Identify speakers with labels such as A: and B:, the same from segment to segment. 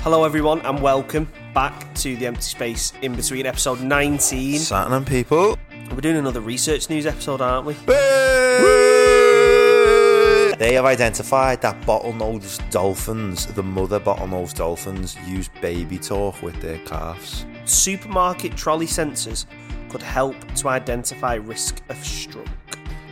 A: Hello, everyone, and welcome back to the Empty Space in Between, episode 19.
B: Satnam people.
A: We're doing another research news episode, aren't we?
B: They have identified that bottlenose dolphins, the mother bottlenose dolphins, use baby talk with their calves.
A: Supermarket trolley sensors could help to identify risk of stroke.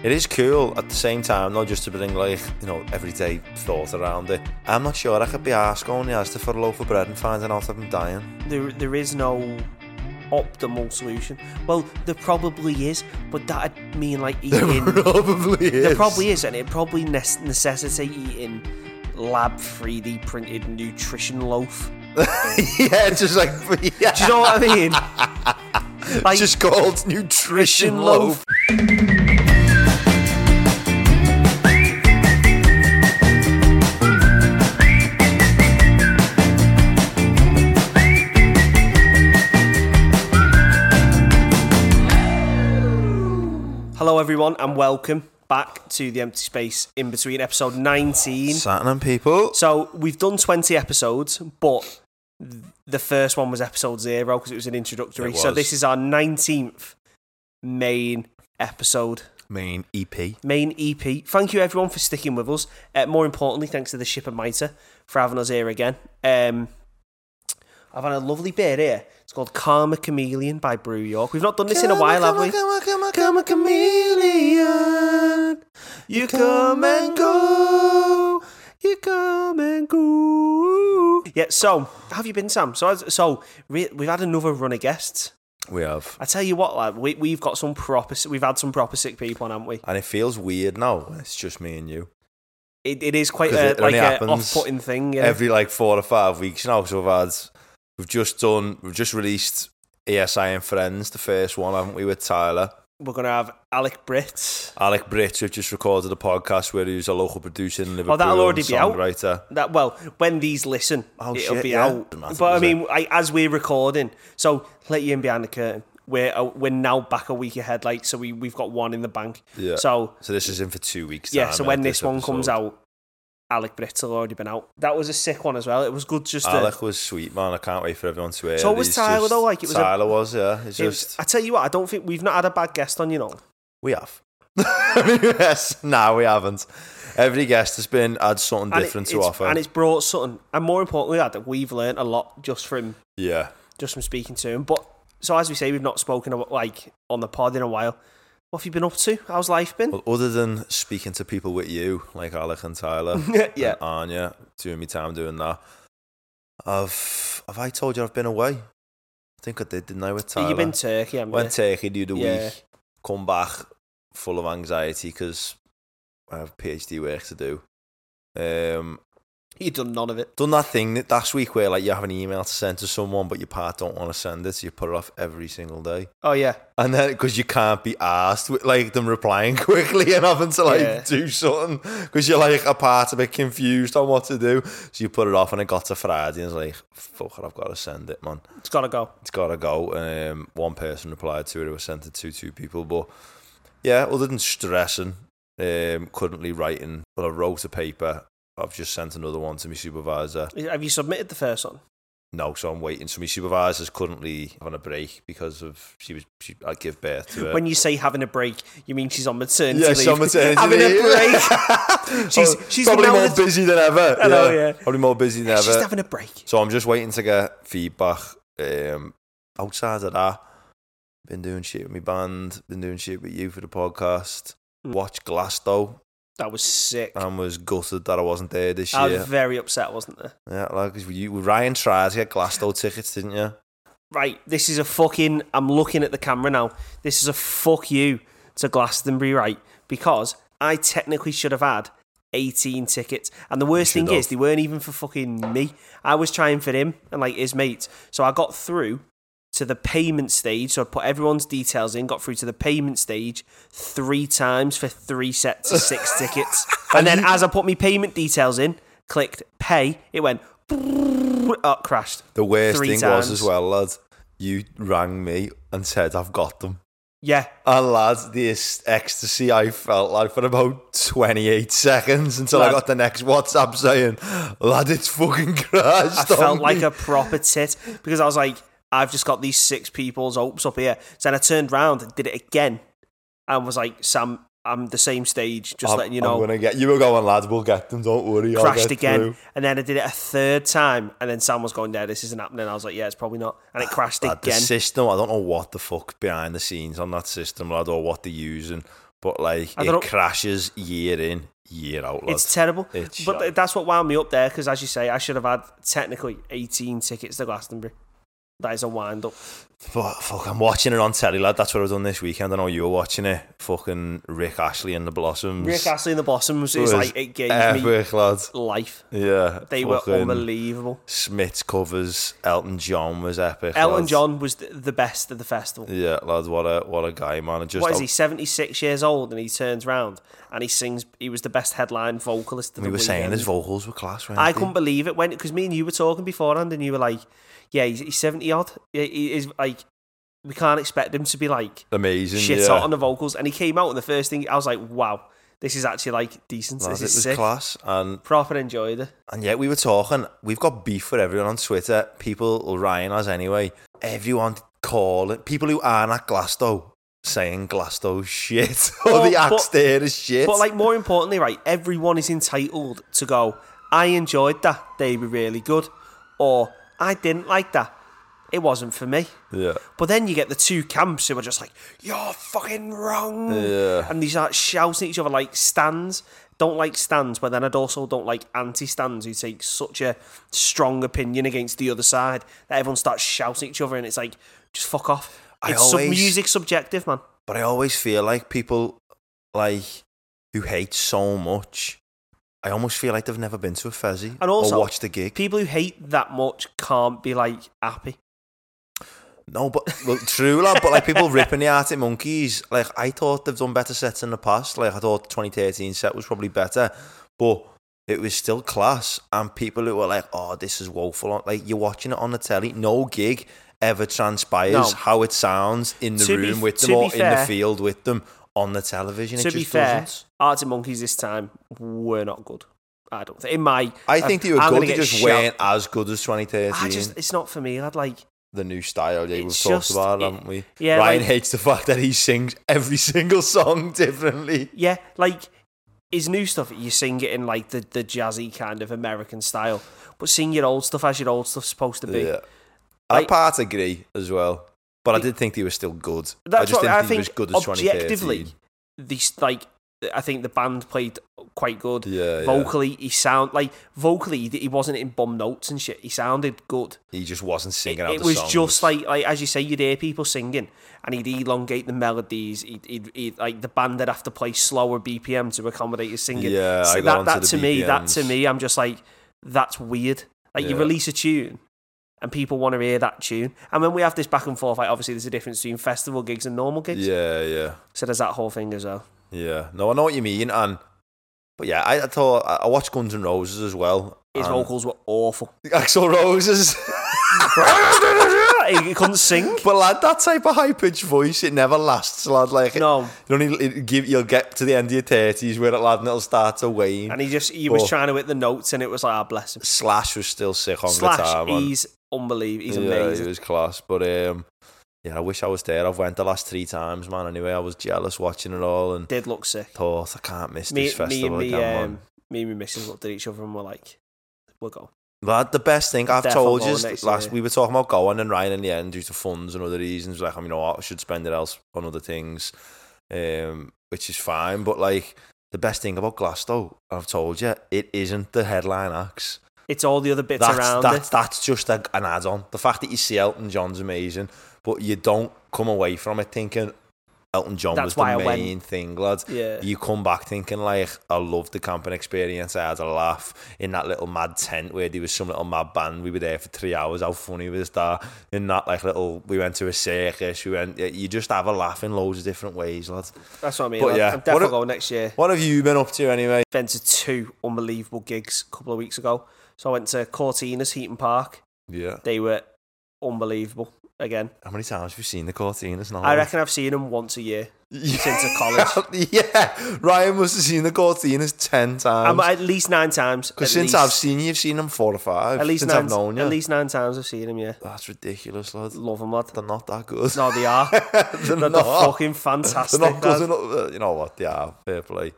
B: It is cool at the same time, not just to bring like, you know, everyday thought around it. I'm not sure I could be asked going to Asda for a loaf of bread and finding out that I'm dying.
A: There, there is no optimal solution. Well, there probably is, but that'd mean like eating.
B: Probably is.
A: There probably is, and it probably nes- necessitate eating lab 3D printed nutrition loaf.
B: yeah, it's just like, yeah,
A: Do you know what I mean? like,
B: just called nutrition loaf.
A: Hello, everyone, and welcome back to the Empty Space in Between, episode 19.
B: Satnam people.
A: So, we've done 20 episodes, but th- the first one was episode zero because it was an introductory.
B: It
A: So,
B: was.
A: this is our 19th main episode.
B: Main EP.
A: Main EP. Thank you everyone for sticking with us. Uh, more importantly, thanks to the ship and mitre for having us here again. Um, I've had a lovely beer here. It's called Karma Chameleon by Brew York. We've not done this in a while, have we?
B: Come a chameleon.
A: You
B: come and go.
A: You come and go. Yeah. So, how have you been, Sam? So, as- so re- we've had another run of guests.
B: We have.
A: I tell you what, lad, we, we've got some proper. We've had some proper sick people, on, haven't we?
B: And it feels weird now. when It's just me and you.
A: It, it is quite
B: 'Cause
A: a,
B: it
A: like
B: only
A: an
B: happens
A: off-putting thing. You know?
B: Every like four or five weeks now, so we've had, we've just done, we've just released ESI and Friends, the first one, haven't we, with Tyler.
A: We're gonna have Alec Britt.
B: Alec Britt, who've just recorded a podcast where he's a local producer in Liverpool.
A: Oh, that'll already
B: and
A: be out.
B: songwriter.
A: That well, when these listen,
B: Oh,
A: it'll
B: shit,
A: be
B: yeah.
A: out.
B: Doesn't matter,
A: But I
B: does it?
A: mean, I, as we're recording, so let you in behind the curtain. We're uh, we're now back a week ahead, like so we we've got one in the bank.
B: Yeah.
A: So
B: So this is in for two weeks.
A: yeah,
B: time,
A: so
B: isn't
A: when
B: it,
A: this, one comes
B: episode?
A: out, Alec Britt's will already been out. That was a sick one as well. It was good just to.
B: Alec was sweet, man. I can't wait for everyone to hear.
A: So was
B: these.
A: Tyler,
B: Just-
A: though, like, it was a-
B: Tyler was, yeah. It's
A: it was-
B: just
A: I tell you what, I don't think we've not had a bad guest on. You know,
B: we have. yes, no, we haven't. Every guest has been had something
A: And it-
B: different to
A: it's-
B: offer.
A: and it's brought something. And more importantly, lad, that we've learnt a lot just from
B: yeah,
A: just from speaking to him. But so as we say, we've not spoken about, like on the pod in a while. What have you been up to? How's life been?
B: well, other than speaking to people with you, like Alec and Tyler,
A: yeah,
B: and Anya, doing me time doing that. I've have I told you I've been away? I think I did, didn't I? With uh, Tyler,
A: you've been Turkey, haven't
B: went Turkey the other
A: Yeah.
B: week, come back full of anxiety because I have PhD work to do. Um,
A: you? You've done none of it.
B: done that thing that last week where like you have an email to send to someone, but your part don't want to send it, so you put it off every single day.
A: Oh yeah,
B: And then because you can't be asked with like them replying quickly and having to like
A: Yeah.
B: do something because you're like a part of it confused on what to do, so you put it off. And it got to Friday and it's like, fuck it, I've got to send it, man.
A: it's gotta go.
B: It's got to go. Um, one person replied to it. It was sent to two two people, but yeah, other than stressing, um, currently writing. Well, I wrote a paper. I've just sent another one to my supervisor.
A: Have you submitted the first one?
B: No, so I'm waiting. So my supervisor's currently having a break because of she was she, I give birth to her.
A: When you say having a break, you mean she's on maternity
B: Uh, yeah,
A: leave.
B: she's on maternity
A: having
B: leave.
A: a break. she's
B: Oh,
A: she's
B: probably
A: now
B: more
A: in a-
B: busy than ever.
A: I know, yeah.
B: probably more busy than
A: She's
B: ever.
A: just having a break.
B: so I'm just waiting to get feedback. Um, outside of that, been doing shit with my band. Been doing shit with you for the podcast.
A: Mm.
B: Watched Glasgow
A: That was sick.
B: and was gutted that I wasn't there this
A: I was
B: year.
A: very upset, wasn't there?
B: Yeah, like 'cause you, Ryan tried to get Glasgow tickets, didn't you?
A: Right, this is a fucking. I'm looking at the camera now. This is a fuck you to Glastonbury, right? Because I technically should have had 18 tickets. And the worst
B: You
A: thing
B: should
A: is,
B: have.
A: they weren't even for fucking me. I was trying for him and like his mates. So I got through to the payment stage. So I put everyone's details in, got through to the payment stage three times for three sets of six tickets. And then as I put my payment details in, clicked pay, it went. Up crashed.
B: The worst
A: Three
B: thing was
A: times.
B: as well, lad. You rang me and said I've got them.
A: Yeah,
B: And lads, this ecstasy I felt like for about 28 seconds until I
A: Lad.
B: got the next WhatsApp saying, lad, it's fucking crashed.
A: I felt
B: on
A: like
B: me."
A: a proper tit because I was like, I've just got these six people's hopes up here. So then I turned round and did it again, and was like, Sam, I'm the same stage. Just
B: I'm,
A: letting you
B: I'm
A: know.
B: gonna get, you were going, lads, we'll get them, don't worry. I'll
A: crashed
B: get
A: again,
B: through."
A: and then I did it a third time, and then Sam was going, "Yeah, this isn't happening." I was like, "Yeah, it's probably not," and it crashed
B: Lad, the
A: again.
B: system, I don't know what the fuck behind the scenes on that system, lad, or what they're using, but like,
A: I
B: it
A: don't know.
B: crashes year in, year out, lad.
A: It's terrible,
B: It's
A: but
B: shite.
A: that's what wound me up there because, as you say, I should have had technically 18 tickets to Glastonbury. That is a wind up.
B: But fuck, I'm watching it on telly, lad. That's what I was done this weekend. I know you were watching it. Fucking Rick Ashley and the Blossoms.
A: Rick Astley and the Blossoms is
B: was
A: like it gave me
B: Epic, lad.
A: life.
B: Yeah.
A: They were
B: fucking
A: unbelievable.
B: Smith's covers. Elton John was epic.
A: Elton
B: lad.
A: John was th- the best of the festival.
B: Yeah, lad. What a what a guy, man. And Just
A: What is
B: how-
A: he? Seventy six years old, and he turns round and he sings. He was the best headline vocalist. Of the
B: We were saying
A: weekend.
B: his vocals were class, right?
A: I couldn't believe it when because me and you were talking beforehand, and you were like, "Yeah, he's, he's seventy odd. He- He is like, we can't expect him to be like
B: Amazing.
A: shit
B: yeah.
A: hot on the vocals." And he came out, and the first thing I was like, "Wow, this is actually like decent.
B: Lad,
A: this
B: it
A: is
B: was
A: sick."
B: class. And
A: Proper enjoyed it.
B: And yet we were talking, we've got beef with everyone on Twitter. People, or Ryan has anyway, everyone calling, people who aren't at Glasgow saying Glasgow shit. or
A: But-
B: the
A: but-
B: axe there is shit.
A: But like more importantly, right, everyone is entitled to go, I enjoyed that, they were really good. Or I didn't like that. It wasn't for me.
B: yeah.
A: But then you get the two camps who are just like, You're fucking wrong
B: Yeah.
A: And they start shouting at each other like stands. Don't like stands, but then I'd also don't like anti stands who take such a strong opinion against the other side that everyone starts shouting at each other and it's like, just fuck off.
B: I
A: It's sub-
B: always-
A: music subjective, man.
B: But I always feel like people like who hate so much, I almost feel like they've never been to a Fezzy
A: And also-
B: or watched a gig.
A: People who hate that much can't be like happy.
B: No, but well, true, lad. But like people ripping the Arctic Monkeys, like I thought they've done better sets in the past. Like I thought the 2013 set was probably better, but it was still class. And people who were like, "Oh, this is woeful," like you're watching it on the telly. No gig ever transpires
A: No.
B: how it sounds in the
A: To be-
B: room with
A: to
B: them or
A: be
B: in
A: fair-
B: the field with them on the television.
A: to
B: it
A: be
B: just
A: fair,
B: doesn't.
A: Arctic Monkeys this time were not good. I don't think. In my,
B: I think they were
A: I'm
B: good.
A: gonna
B: They
A: get
B: just
A: shout-
B: weren't as good as 2013.
A: I just it's not for me. I'd like
B: the new style. Yeah, we've
A: It's
B: talked
A: just-
B: about, it,
A: it-
B: haven't we?
A: yeah,
B: Ryan
A: like-
B: hates the fact that he sings every single song differently.
A: yeah, like his new stuff. You sing it in like the the jazzy kind of American style, but sing your old stuff as your old stuff's supposed to be.
B: Yeah, I
A: Like-
B: part agree as well, but I did think he was still good. I
A: That's
B: just
A: what
B: didn't
A: I
B: think,
A: think.
B: he was good as
A: objectively,
B: 2013.
A: these like I think the band played quite good.
B: Yeah, yeah.
A: Vocally, he sound like vocally he wasn't in bum notes and shit. He sounded good.
B: He just wasn't singing out
A: it
B: the
A: was
B: songs.
A: just like like as you say you'd hear people singing and he'd elongate the melodies he'd, he'd, he'd like the band would have to play slower bpm to accommodate his singing
B: Yeah, I got
A: that,
B: onto
A: that
B: the
A: to me that to
B: BPMs.
A: me i'm just like that's weird like you
B: Yeah.
A: release a tune and people want to hear that tune and when we have this back and forth like obviously there's a difference between festival gigs and normal gigs
B: yeah, yeah,
A: so there's that whole thing as well
B: yeah. No, I know what you mean, and but yeah, I, I thought I I watched Guns N' Roses as well.
A: his
B: and-
A: vocals were awful
B: Axl Roses.
A: he he couldn't sing
B: But lad, that type of high pitched voice, it never lasts, lad. Like
A: no
B: It only it give you'll get to the end of your thirties where it lad and it'll start to wane.
A: and he just he
B: Well-
A: was trying to hit the notes and it was like ah bless him
B: Slash was still sick on guitar,
A: slash
B: man.
A: he's unbelievable he's
B: yeah,
A: amazing
B: He was class, but um, yeah, I wish I was there. I've went the last three times, man. Anyway, I was jealous watching it all and
A: did look sick.
B: thought "Oh, I can't miss
A: Me,
B: this
A: me and
B: festival
A: me,
B: again, man.
A: um, me and my missus looked at each other and were like, "We'll go."
B: Lad, the best thing I've
A: Definitely
B: told you
A: going
B: is
A: next
B: last
A: year.
B: we were talking about going and Ryan in the end due to funds and other reasons. Like, I mean, you know what, I should spend it else on other things, um, which is fine. But like, the best thing about Glasgow, I've told you, it isn't the headline acts.
A: It's all the other bits
B: that's,
A: around
B: that's,
A: it.
B: that's just a, an add-on. The fact that you see Elton John's amazing, but you don't come away from it thinking Elton John
A: That's
B: was
A: why I
B: the
A: went.
B: main thing, lad.
A: Yeah.
B: You come back thinking like, I loved the camping experience. I had a laugh in that little mad tent where there was some little mad band. We were there for three hours. How funny was that? In that like little, we went to a circus. We went. You just have a laugh in loads of different ways, lad.
A: That's what I mean.
B: but
A: I'm,
B: yeah.
A: I'm
B: What
A: definitely
B: a-
A: going next year.
B: What have you been up to anyway?
A: Been to two unbelievable gigs a couple of weeks ago. So I went to Cortina's Heaton Park.
B: Yeah.
A: They were unbelievable again.
B: How many times have you seen the Cortinas now?
A: I reckon I've seen him once a year
B: Yeah.
A: since college.
B: yeah, Ryan must have seen the Cortinas ten
A: I'm
B: times.
A: at least nine times.
B: Because
A: at
B: since
A: least.
B: I've seen you, you've seen them four or five.
A: at least
B: since
A: nine,
B: I've known you.
A: at least nine times I've seen him. Yeah,
B: That's ridiculous, lad.
A: love him, lad.
B: They're not that good.
A: No, they are.
B: they're,
A: They're,
B: not.
A: fucking
B: they're
A: fantastic.
B: not
A: lad.
B: good enough. uh, You know what? Yeah, fair play.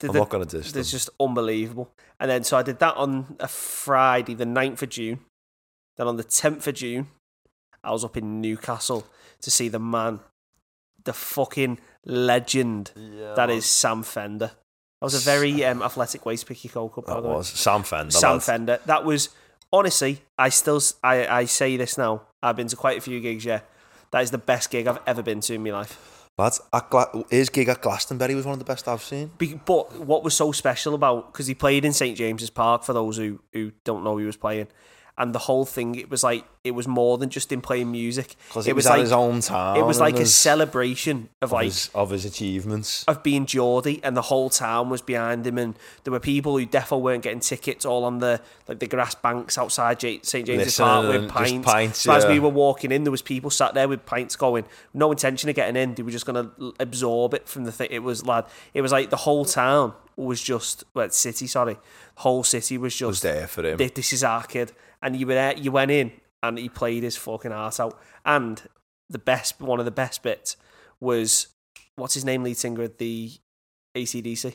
A: They're-
B: I'm
A: they're-
B: not going to diss them.
A: It's just unbelievable. And then, so I did that on a Friday, the 9th of June. Then on the 10th of June, I was up in Newcastle to see the man, the fucking legend that is Sam Fender. That was a very um, athletic waist picky cold cup, by
B: That
A: the way.
B: was Sam Fender.
A: oh, Sam
B: lad.
A: Fender. That was, honestly, I still, s- I, I say this now. I've been to quite a few gigs, yeah. That is the best gig I've ever been to in my life.
B: Lads, at Gla- his gig at Glastonbury was one of the best I've seen.
A: Be- But what was so special about because he played in St James's Park for those who who don't know he was playing, and the whole thing it was like it was more than just him playing music.
B: Because it, was, at his hometown.
A: it was
B: and
A: like a
B: his-
A: celebration of
B: of
A: like Oh,
B: his, of his achievements.
A: of being Geordie, and the whole town was behind him, and there were people who defo weren't getting tickets all on the like the grass banks outside J- St James's
B: Listening
A: Park with
B: and just
A: pints.
B: pints,
A: so as
B: yeah.
A: we were walking in, there was people sat there with pints going, no intention of getting in. They were just gonna l- absorb it from the thing. It was lad. It was like the whole town was just well, city. Sorry, whole city was just
B: was there for him.
A: "Thi- this is our kid. And you were there, you went in and he played his fucking heart out. And the best, one of the best bits was what's his name, lead singer at the ACDC,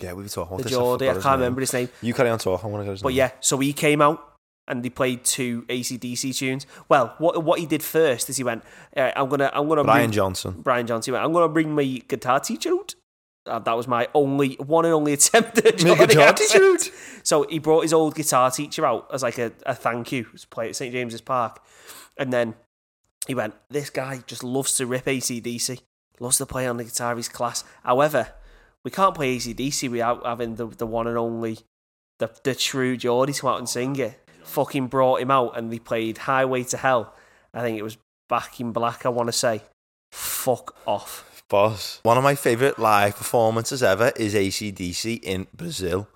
B: yeah, we were talking about
A: the
B: this.
A: Geordie. I
B: forgot
A: can't
B: his name.
A: remember his name,
B: You carry on talking. I want to go.
A: but yeah. So he came out and they played two ACDC tunes. Well, what what he did first is he went, uh, "I'm gonna, I'm gonna."
B: Brian
A: bring-
B: Johnson.
A: Brian Johnson. He went, I'm going to bring my guitar teacher out. Uh, that was my only one and only attempt at
B: My
A: Johnny
B: guitar
A: Ace.
B: teacher out.
A: So he brought his old guitar teacher out as like a, a thank you to play at St James's Park, and then he went. This guy just loves to rip ACDC. Loves to play on the guitar. He's class. However, we can't play ACDC without having the the one and only the the true Geordie to come out and sing it. Fucking brought him out, and they played Highway to Hell. I think it was Back in Black. I want to say fuck off.
B: Boss. One of my favourite live performances ever is ACDC in Brazil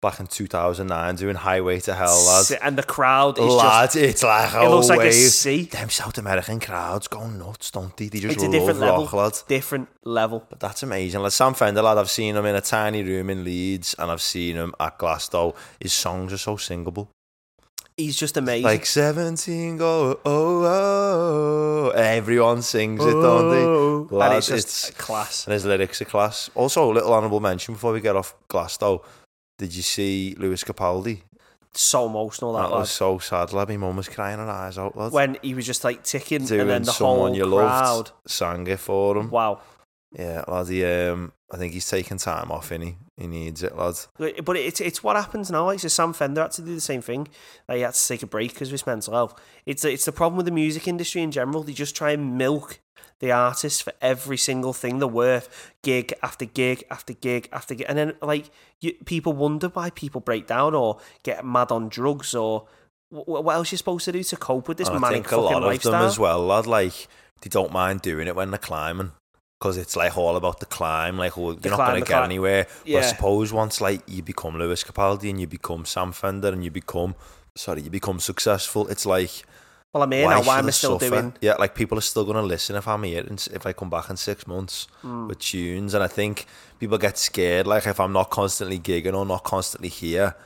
B: back in 2009 doing Highway to Hell, lads.
A: And the crowd is just.
B: Lads, it's like
A: It looks
B: always.
A: like a sea.
B: Them South American crowds go nuts, don't they? They just
A: It's a
B: love
A: different level.
B: rock, lads.
A: Different level.
B: But that's amazing. Like Sam Fender, lad, I've seen him in a tiny room in Leeds and I've seen him at Glasgow. His songs are so singable.
A: He's just amazing.
B: Like 17 go, oh, oh, oh. Everyone sings it, don't they?
A: Oh. and
B: Lads,
A: it's just
B: it's-
A: class.
B: And his lyrics are class. Also, a little honourable mention before we get off Glasgow. Did you see Lewis Capaldi?
A: So emotional that,
B: That
A: lad.
B: was so sad, lad. My mum was crying her eyes out, lad.
A: When he was just like ticking,
B: Doing
A: and then the
B: someone
A: whole
B: you
A: crowd.
B: loved sang it for him.
A: Wow.
B: Yeah, lad. He, um, I think he's taking time off, innit? He needs it, lad.
A: But but it's it's what happens now. Like so, Sam Fender had to do the same thing. Like, he had to take a break because of his mental health. It's it's the problem with the music industry in general. They just try and milk the artists for every single thing they're worth, gig after gig after gig after gig, and then like you, people wonder why people break down or get mad on drugs or wh- wh- what else you're supposed to do to cope with this
B: and I
A: manic
B: think a
A: fucking
B: lot of
A: lifestyle.
B: them as well, lad. Like they don't mind doing it when they're climbing. Because it's like all about the climb, like oh, you're
A: climb,
B: not going
A: the
B: to get
A: climb.
B: anywhere. But I
A: Yeah.
B: suppose once like you become Lewis Capaldi and you become Sam Fender and you become, sorry, you become successful, it's like
A: Well, I'm here now.
B: should
A: Why am
B: I
A: I still
B: suffer?
A: doing?
B: Yeah, like people are still going to listen if I'm here, and s- if I come back in six months
A: Hmm.
B: with tunes, and I think people get scared. Like if I'm not constantly gigging or not constantly here,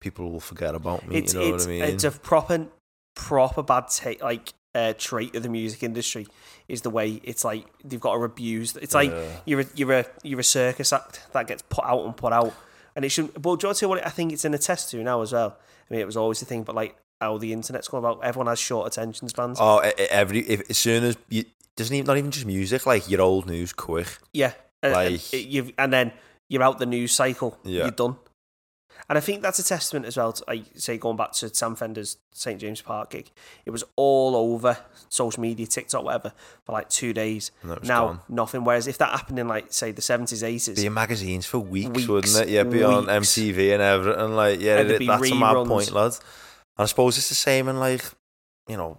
B: people will forget about me.
A: It's
B: you know
A: it's
B: what I mean?
A: it's a proper proper bad ta- like uh, trait of the music industry is the way it's like they've got to abuse. It's like
B: Yeah.
A: you're a, you're a you're a circus act that gets put out and put out, and it should. Well, do you want to know what I think it's in a test to now as well? I mean, it was always the thing, but like how the internet's going about, everyone has short attention spans.
B: Oh, e- e- every if, as soon as you doesn't even not even just music like your old news quick.
A: Yeah. And- and
B: Like-
A: it- you've, and then you're out the news cycle.
B: Yeah.
A: You're done. And I think that's a testament as well to, like, say, going back to Sam Fender's St. James Park gig. It was all over social media, TikTok, whatever, for like two days.
B: And that was
A: Now,
B: gone.
A: nothing. Whereas if that happened in, like, say, the 70s, 80s,
B: Be in magazines for weeks,
A: Weeks,
B: wouldn't it? Yeah, be on
A: weeks.
B: MTV and everything. Like, yeah,
A: And there'd
B: it-
A: be
B: that's a mad
A: reruns.
B: point, lads. And I suppose it's the same in like, you know,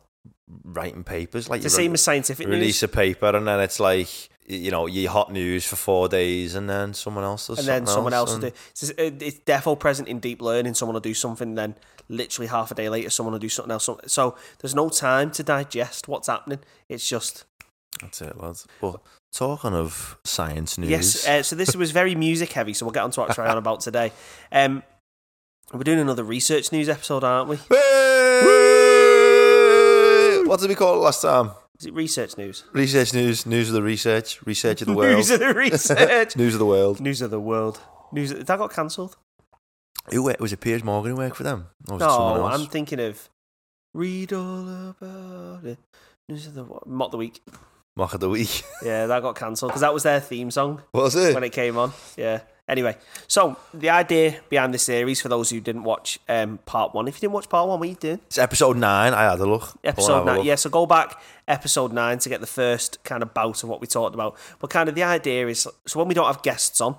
B: writing papers. Like
A: it's the
B: you re-
A: same as scientific
B: release
A: news.
B: a paper and then it's like y- you know, your hot news for four days, and then someone else does.
A: and then
B: something
A: someone else will
B: and-
A: do. It's, just- it- it's defo present in deep learning. Someone will do something, then literally half a day later, someone will do something else. So- So there's no time to digest what's happening. It's just
B: That's it, lads. But talking of science news,
A: yes. Uh, so this was very music heavy. So we'll get on to what I'm trying on about today. Um, we're doing another research news episode, aren't we?
B: Woo! what did we call it last time?
A: Is it research news?
B: Research news, news of the research, research of the world,
A: News of the research.
B: News of the world.
A: news of the world. News that got cancelled.
B: Who wor- was it? Piers Morgan who worked for them? Or was it someone
A: No,
B: else?
A: I'm thinking of read all about it. News of the wo- mock the week.
B: Mock of the week.
A: Yeah, that got cancelled because that was their theme song.
B: was it?
A: when it came on. Yeah. Anyway, so the idea behind the series for those who didn't watch um, part one, if you didn't watch part one, what are you doing?
B: It's episode nine. I had a look. Go
A: Episode
B: and have a
A: nine.
B: look.
A: Yeah, so go back episode nine to get the first kind of bout of what we talked about. But kind of the idea is so when we don't have guests on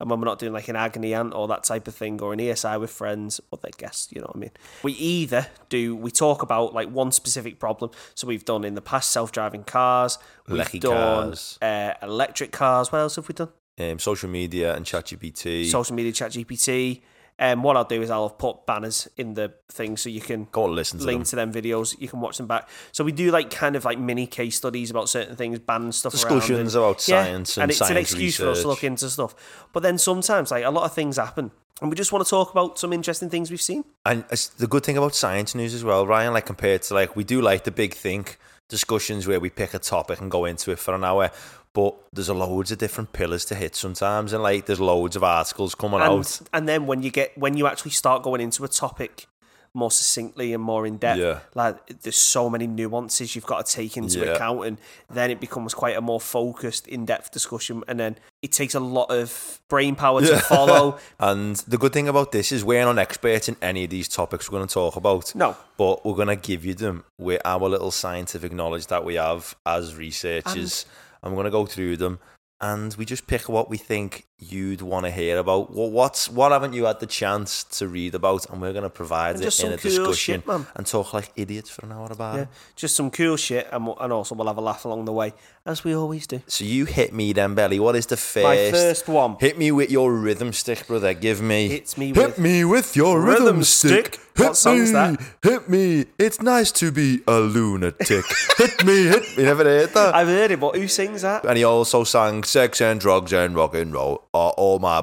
A: and when we're not doing like an agony aunt or that type of thing or an ESI with friends or their guests, you know what I mean? We either do, we talk about like one specific problem. So we've done in the past self driving cars, we've
B: Lucky
A: done
B: cars.
A: Uh, electric cars. What else have we done?
B: Um, social media and ChatGPT.
A: social media, chat GPT. Um, what I'll do is I'll have put banners in the thing so you can
B: Go and listen to
A: link
B: them.
A: to them videos. You can watch them back. So we do like kind of like mini case studies about certain things, ban stuff, around
B: Discussions
A: and-
B: about science and
A: it's an
B: science
A: excuse for us to look
B: research.
A: into stuff. But then sometimes like a lot of things happen, and we just want to talk about some interesting things we've seen.
B: And it's the good thing about science news as well, Ryan, like compared to like we do like the big think discussions where we pick a topic and go into it for an hour, but there's a loads of different pillars to hit sometimes, and like there's loads of articles coming out.
A: And, and then when you get when you actually start going into a topic more succinctly and more in depth,
B: Yeah.
A: like there's so many nuances you've got to take into
B: Yeah.
A: account, and then it becomes quite a more focused, in depth discussion, and then it takes a lot of brain power to follow.
B: And the good thing about this is we're not experts in any of these topics we're going to talk about.
A: No.
B: But we're going to give you them with our little scientific knowledge that we have as researchers. And, we're going to go through them and we just pick what we think you'd want to hear about. Well, what's what haven't you had the chance to read about? And we're going to provide
A: And
B: it
A: just
B: in
A: some
B: a
A: cool
B: discussion
A: shit, man.
B: and talk like idiots for an hour about
A: Yeah,
B: it.
A: just some cool shit, and, we'll- and also we'll have a laugh along the way, as we always do.
B: So you hit me then, Belly. What is the first?
A: My first one.
B: Hit me with your rhythm stick, brother. Give me.
A: Hits me
B: Hit
A: with-
B: me with your rhythm,
A: Rhythm
B: stick.
A: stick? What song's
B: me.
A: that?
B: Hit me. It's nice to be a lunatic. hit me. Hit me. You never heard that?
A: I've heard it, but who sings that?
B: and he also sang "Sex and Drugs and Rock and Roll are all my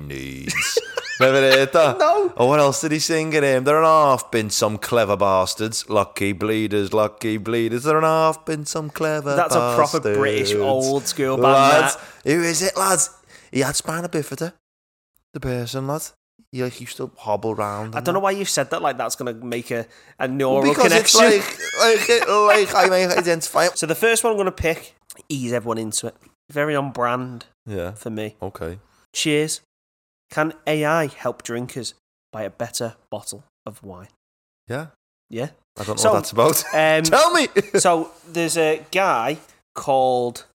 B: needs." Never heard that?
A: No.
B: Oh, what else did he sing in him? They're an half been some clever bastards, lucky bleeders, lucky bleeders. They're an half been some clever.
A: That's a proper
B: bastards.
A: British old school band,
B: Lads, who is it, lads? He had spina bifida. The person, lads. He like used to hobble round.
A: I don't know why you've said that. Like that's gonna make a a neural
B: because
A: connection.
B: it's like, like, like I may identify.
A: So the first one I'm going to pick, ease everyone into it. Very on brand
B: Yeah.
A: for me.
B: Okay.
A: Cheers. Can AI help drinkers buy a better bottle of wine?
B: Yeah.
A: Yeah.
B: I don't know
A: So,
B: what that's about.
A: Um,
B: Tell me.
A: so there's a guy called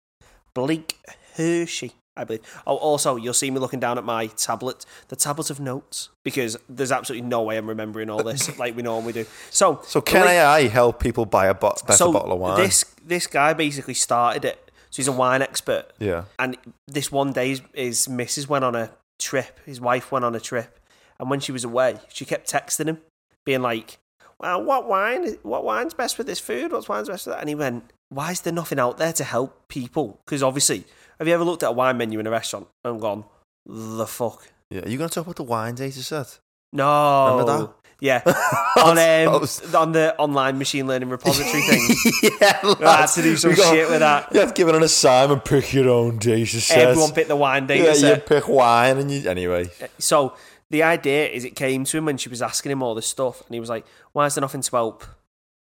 A: Blake Hershey, I believe. Oh, also, you'll see me looking down at my tablet, the tablet of notes, because there's absolutely no way I'm remembering all this like we normally do. So,
B: So can
A: Blake-
B: AI help people buy a bo- better
A: so
B: bottle of wine?
A: This this guy basically started it. So he's a wine expert.
B: yeah.
A: And this one day, his, his missus went on a trip. His wife went on a trip, and when she was away, she kept texting him, being like, "Well, what wine? What wine's best with this food? What wine's best for that?" And he went, "Why is there nothing out there to help people? Because obviously, have you ever looked at a wine menu in a restaurant and gone, the fuck?"
B: Yeah. Are you going to talk about the wine data set?
A: No.
B: Remember
A: Yeah. on um,
B: was-
A: on the online machine learning repository thing.
B: yeah,
A: I had to do some shit with that.
B: You have given an assignment, pick your own data set.
A: Everyone picked the wine data
B: yeah, you
A: set.
B: pick wine and you. Anyway,
A: So the idea is it came to him when she was asking him all this stuff, and he was like, "Why is there nothing to help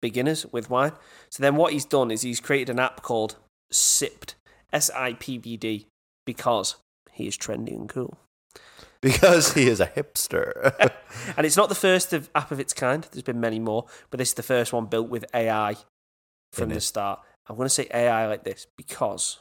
A: beginners with wine?" So then what he's done is he's created an app called Sipped, S I P B D, because he is trendy and cool.
B: because he is a hipster.
A: And it's not the first of, app of its kind. There's been many more, but this is the first one built with AI from
B: Innit?
A: the start. I'm going to say AI like this because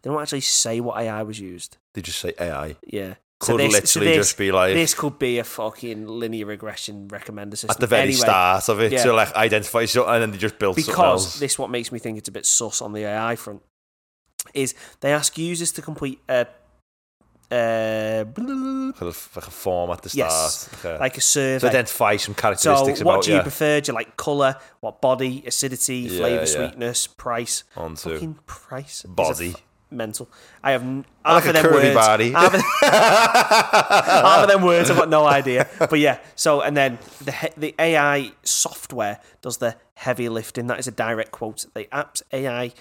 A: they don't actually say what AI was used.
B: Did you say AI?
A: Yeah. So
B: Could
A: this- so
B: literally
A: this-
B: just be like
A: this could be a fucking linear regression recommender system
B: at the very
A: Anyway,
B: start of it
A: yeah.
B: to like identify something and then they just build something
A: because
B: else.
A: this what makes me think it's a bit sus on the AI front. is they ask users to complete a, uh,
B: Like a like a form at the start.
A: Yes.
B: Like a-
A: like a
B: to
A: survey.
B: identify some
A: So,
B: characteristics
A: what
B: about
A: do you
B: yeah,
A: prefer? Do you like color? What body? Acidity,
B: Yeah,
A: flavor,
B: yeah.
A: sweetness, price.
B: onto
A: Fucking price. is a
B: body.
A: f- mental. I have. n-
B: I like
A: half of
B: a
A: them
B: curvy
A: words-
B: body.
A: half of- half of them words. I've got no idea. But yeah. So and then the he- the AI software does the heavy lifting. That is a direct quote. The app's AI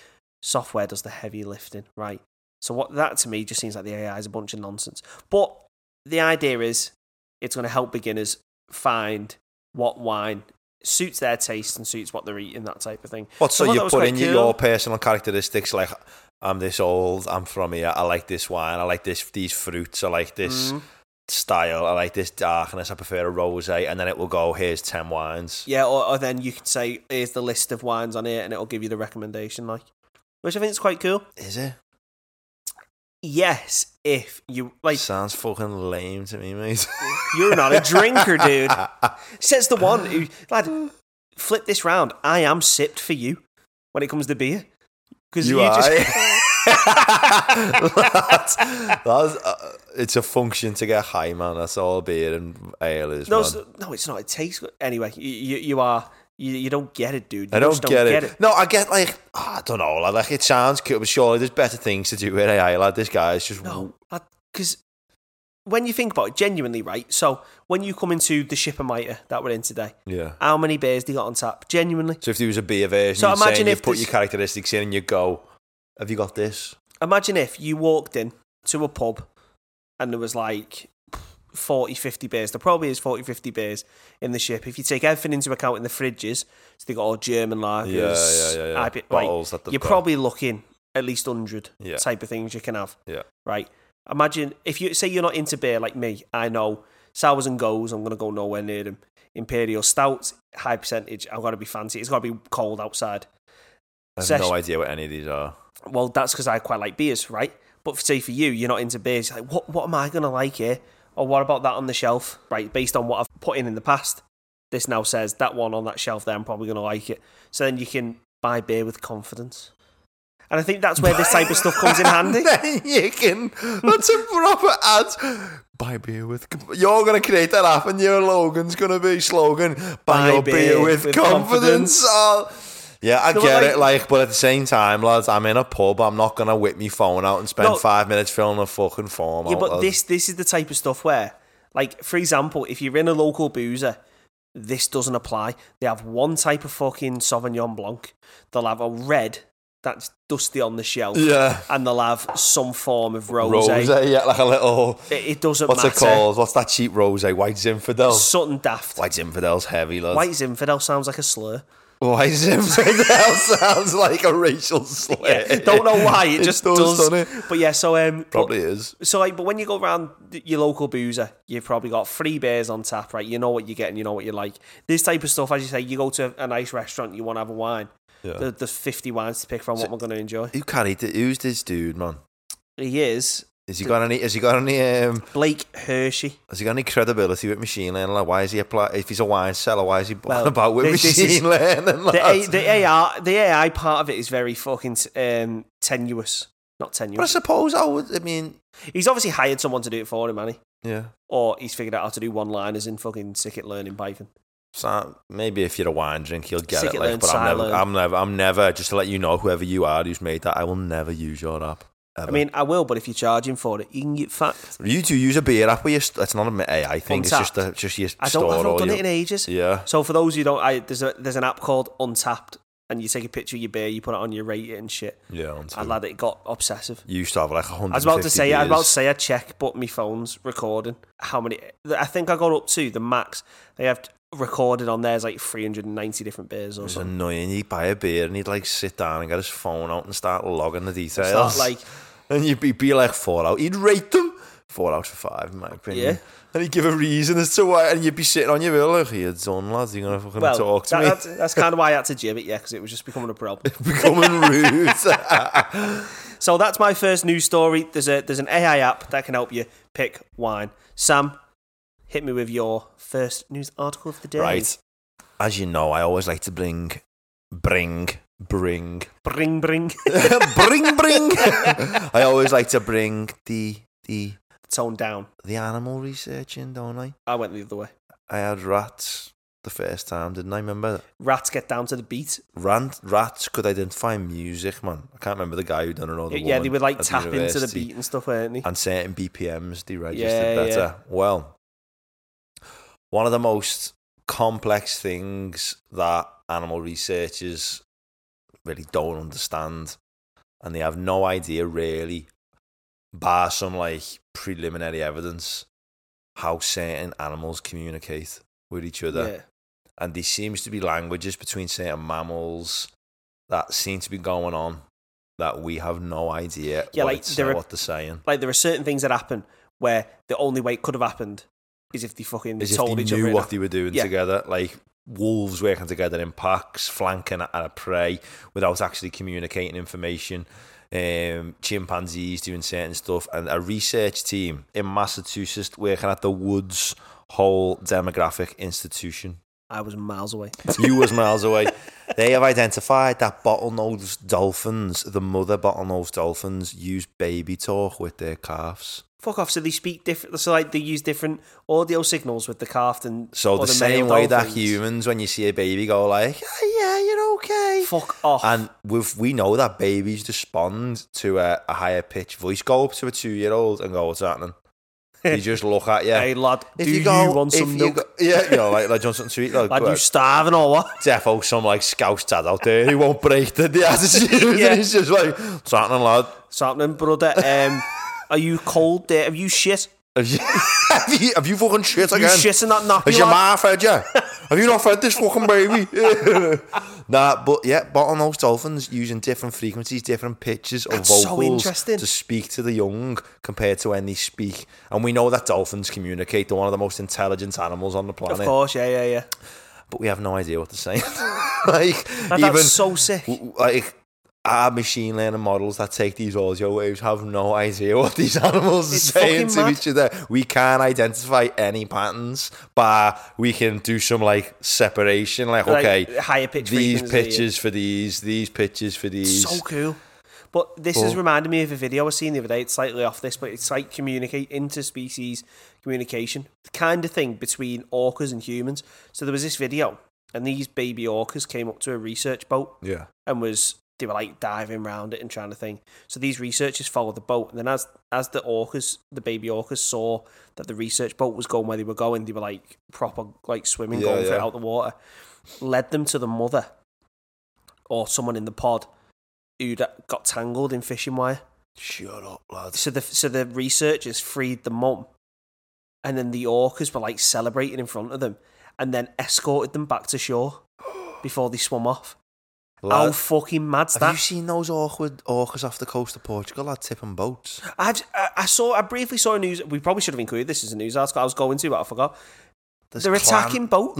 A: software does the heavy lifting. Right. So what that to me just seems like the AI is a bunch of nonsense. But the idea is it's going to help beginners find what wine suits their taste and suits what they're eating. That type of thing.
B: What so
A: I thought that
B: you
A: was
B: put
A: quite
B: in
A: cool.
B: your personal characteristics like I'm this old, I'm from here, I like this wine, I like this these fruits, I like this
A: Mm.
B: style, I like this darkness, I prefer a rosé, and then it will go here's ten wines.
A: Yeah, or, or then you can say, here's the list of wines on here, and it'll give you the recommendation, like, which I think is quite cool.
B: Is it?
A: Yes, if you like,
B: Sounds fucking lame to me, mate.
A: you're not a drinker, dude. Says the one who, lad, flip this round. I am sipped for you when it comes to beer. Because
B: you
A: you, just,
B: that's, that's, uh, it's a function to get high, man. That's all beer and ale is.
A: no,
B: man.
A: it's- no, it's not. It tastes good. Anyway, you, you, you are, you, you don't get it, dude. You
B: I don't
A: just
B: get, it. No, I get like ah, I don't know. Like, like, it sounds cool, but surely there's better things to do with AI. Like this guy is just
A: No, because when you think about it, genuinely, right? So when you come into the ship and miter that we're in today,
B: yeah.
A: how many beers do you got on tap? Genuinely,
B: So if there was a beer version,
A: So
B: you'd
A: imagine
B: saying you
A: if
B: put
A: this-
B: your characteristics in and you go, "Have you got this?"
A: imagine if you walked in to a pub and there was like 40, 50 beers. There probably is 40, 50 beers in the ship. If you take everything into account in the fridges, so they got all German lagers,
B: Yeah, yeah, yeah. yeah.
A: IPA, like,
B: Bottles that they've
A: you're
B: got.
A: probably looking at least 100
B: Yeah.
A: type of things you can have.
B: Yeah.
A: Right. Imagine if you say you're not into beer like me, I know sours and goes, I'm going to go nowhere near them. Imperial stouts, high percentage, I've got to be fancy. It's got to be cold outside.
B: I have
A: session-
B: no idea what any of these are.
A: Well, that's because I quite like beers, right? But say for you, you're not into beers. You're like, what, what am I going to like here? Or what about that on the shelf, right? Based on what I've put in in the past, this now says that one on that shelf there, I'm probably going to like it. So then you can buy beer with confidence. And I think that's where this type of stuff comes in handy.
B: then you can. That's a proper ad. Buy beer with. com- You're going to create that app, and your Logan's going to be slogan. Buy,
A: Buy
B: your beer,
A: beer
B: with,
A: with
B: confidence.
A: confidence.
B: Oh, yeah, I
A: So,
B: get
A: like-
B: it. Like, but at the same time, lads, I'm in a pub. I'm not going to whip my phone out and spend
A: No.
B: five minutes filling a fucking form.
A: Yeah,
B: out,
A: but
B: lads.
A: this this is the type of stuff where, like, for example, if you're in a local boozer, this doesn't apply. They have one type of fucking Sauvignon Blanc. They'll have a red that's dusty on the shelf,
B: Yeah.
A: and they'll have some form of rose.
B: Rose,
A: It,
B: yeah, like a little.
A: it doesn't
B: What's
A: matter.
B: it called? What's that cheap rose? White Zinfandel.
A: Something daft.
B: White Zinfandel's heavy, lads.
A: White Zinfandel sounds like a slur.
B: White Zinfandel sounds like a racial slur.
A: Yeah, don't know why. It, just does.
B: doesn't it?
A: But yeah, so um, but-
B: Probably is.
A: So, like, but when you go around your local boozer, you've probably got three beers on tap, right? You know what you're getting, you know what you like. This type of stuff, as you say, you go to a nice restaurant, you want to have a wine.
B: Yeah.
A: There- There's 50 wines to pick from, what we're going to enjoy.
B: Who carried it? Who's this dude, man?
A: He is
B: Has he got any? Has he got any? Um,
A: Blake Hershey.
B: has he got any credibility with machine learning? Like, why is he apply? If he's a wine seller, why is he
A: Well,
B: well, about with
A: this- this
B: machine
A: is-
B: learning?
A: The,
B: lads?
A: A, the, AI, the AI part of it is very fucking um, tenuous. Not
B: but I
A: tenuous.
B: suppose I would. I mean,
A: He's obviously hired someone to do it for him, man.
B: yeah.
A: Or he's figured out how to do one liners in fucking Sicket Learn in Python.
B: So maybe if you're a wine drink, you'll get
A: Sick
B: it.
A: it,
B: Like,
A: learn,
B: but I'm never,
A: silent.
B: I'm never, I'm never. Just to let you know, whoever you are who's made that, I will never use your app. Ever.
A: I mean, I will, but if you're charging for it, you can get fat.
B: you do use a beer app. Where you, it's not an AI thing. It's
A: Untapped.
B: just a, just your
A: I don't,
B: store
A: I've
B: all
A: not done
B: your-
A: it in ages.
B: yeah.
A: So for those who don't, I, there's a there's an app called Untapped, and you take a picture of your beer, you put it on your rate it and shit.
B: Yeah, onto.
A: And lad, it got obsessive.
B: you used to have like 100.
A: I was about to say, I was about to say, I check, but my phone's recording. How many? I think I got up to the max. They have recorded on there's like 390 different beers or
B: It's
A: something.
B: annoying. He'd buy a beer and he'd like sit down and get his phone out and start logging the details.
A: Start, like
B: and you'd be, be like four out. He'd rate them four out of five, in my opinion.
A: Yeah.
B: And he'd give a reason as to why. And you'd be sitting on your wheel like, you're done, lads. You're going to fucking
A: well,
B: talk to
A: that-
B: me.
A: that's, that's kind of why I had to jib it, yeah, because it was just becoming a problem.
B: Becoming rude.
A: so that's my first news story. There's a there's an AI app that can help you pick wine. Sam, hit me with your first news article of the day.
B: Right. As you know, I always like to bring bring bring
A: Bring, bring.
B: bring bring. I always like to bring the the
A: Tone down.
B: the animal research in, don't I?
A: I went the other way.
B: I had rats the first time, didn't I? Remember
A: Rats get down to the beat.
B: Rant, rats could identify music, man. I can't remember the guy who done it all. The
A: yeah, they
B: woman
A: would like
B: at
A: tap into the
B: university.
A: beat and stuff, weren't they?
B: and certain BPMs they registered
A: Yeah, yeah.
B: better. Well, one of the most complex things that animal researchers really don't understand, and they have no idea really, bar some like preliminary evidence, how certain animals communicate with each other
A: Yeah.
B: and there seems to be languages between certain mammals that seem to be going on that we have no idea
A: Yeah,
B: what,
A: like,
B: it's,
A: there are-
B: what they're saying.
A: Like, there are certain things that happen where the only way it could have happened is if they fucking
B: As if
A: told
B: they
A: each other.
B: knew
A: it
B: what they were doing
A: Yeah.
B: together, like wolves working together in packs, flanking at a prey without actually communicating information. Um, chimpanzees doing certain stuff, and a research team in Massachusetts working at the Woods Hole Demographic Institution.
A: I was miles away.
B: you was miles away. They have identified that bottlenose dolphins, the mother bottlenose dolphins, use baby talk with their calves.
A: Fuck off. So they speak different. So like they use different audio signals with the calf and
B: So
A: or
B: the,
A: male
B: same way that
A: dolphins.
B: humans, when you see a baby, go like, "Ah, "Yeah, you're okay,"
A: Fuck off.
B: and we've, we know that babies respond to a, a higher pitch voice. Go up to a two-year-old and go, "What's happening?" You just look at you.
A: hey lad, do you, want
B: if
A: some
B: you
A: milk?
B: go- yeah, you know, like, like Johnson Sweet, like,
A: lad,
B: well,
A: you starving or what?
B: defo some like scouse dad out there who won't break the, the attitude.
A: Yeah.
B: And it's just like, what's happening, lad?
A: What's happening, brother? Um, are you cold? There? Have you shit?
B: Have you, have you, have you fucking shit
A: Have you
B: again?
A: shit in that nappy?
B: Has your
A: lad?
B: ma fed you? have you not fed this fucking baby? nah, but yeah, bottlenose dolphins using different frequencies, different pitches of
A: That's so
B: vocals
A: interesting.
B: to speak to the young compared to when they speak. And we know that dolphins communicate. They're one of the most intelligent animals on the
A: Of
B: planet.
A: course, yeah, yeah, yeah.
B: But we have no idea what to say. like,
A: That,
B: even,
A: that's so sick.
B: w- like our machine learning models that take these audio waves have no idea what these animals
A: It's
B: are saying
A: fucking
B: to
A: mad.
B: each other. We can't identify any patterns, but we can do some like separation. Like,
A: Like,
B: okay,
A: higher pitch
B: these
A: frequency, yeah.
B: pitches for these, these pitches for these.
A: So cool. But this has reminded me of a video I was seeing the other day. It's slightly off this, but it's like communicate interspecies communication kind of thing between orcas and humans. So there was this video, and these baby orcas came up to a research boat
B: yeah,
A: and was they were like diving around it and trying to think. So these researchers followed the boat, and then as as the orcas, the baby orcas saw that the research boat was going where they were going, they were like proper like swimming,
B: Yeah,
A: going for it
B: yeah.
A: out the water. Led them to the mother or someone in the pod who'd got tangled in fishing wire.
B: shut up, lads.
A: So the so the researchers freed the mum, and then the orcas were like celebrating in front of them, and then escorted them back to shore before they swam off. How fucking mad's
B: have
A: that?
B: you seen those awkward orcas off the coast of Portugal? Lad, tipping boats.
A: I, j- I- I saw. I briefly saw a news. We probably should have included this as a news article. I was going to, but I forgot.
B: There's
A: They're
B: clam-
A: attacking boats.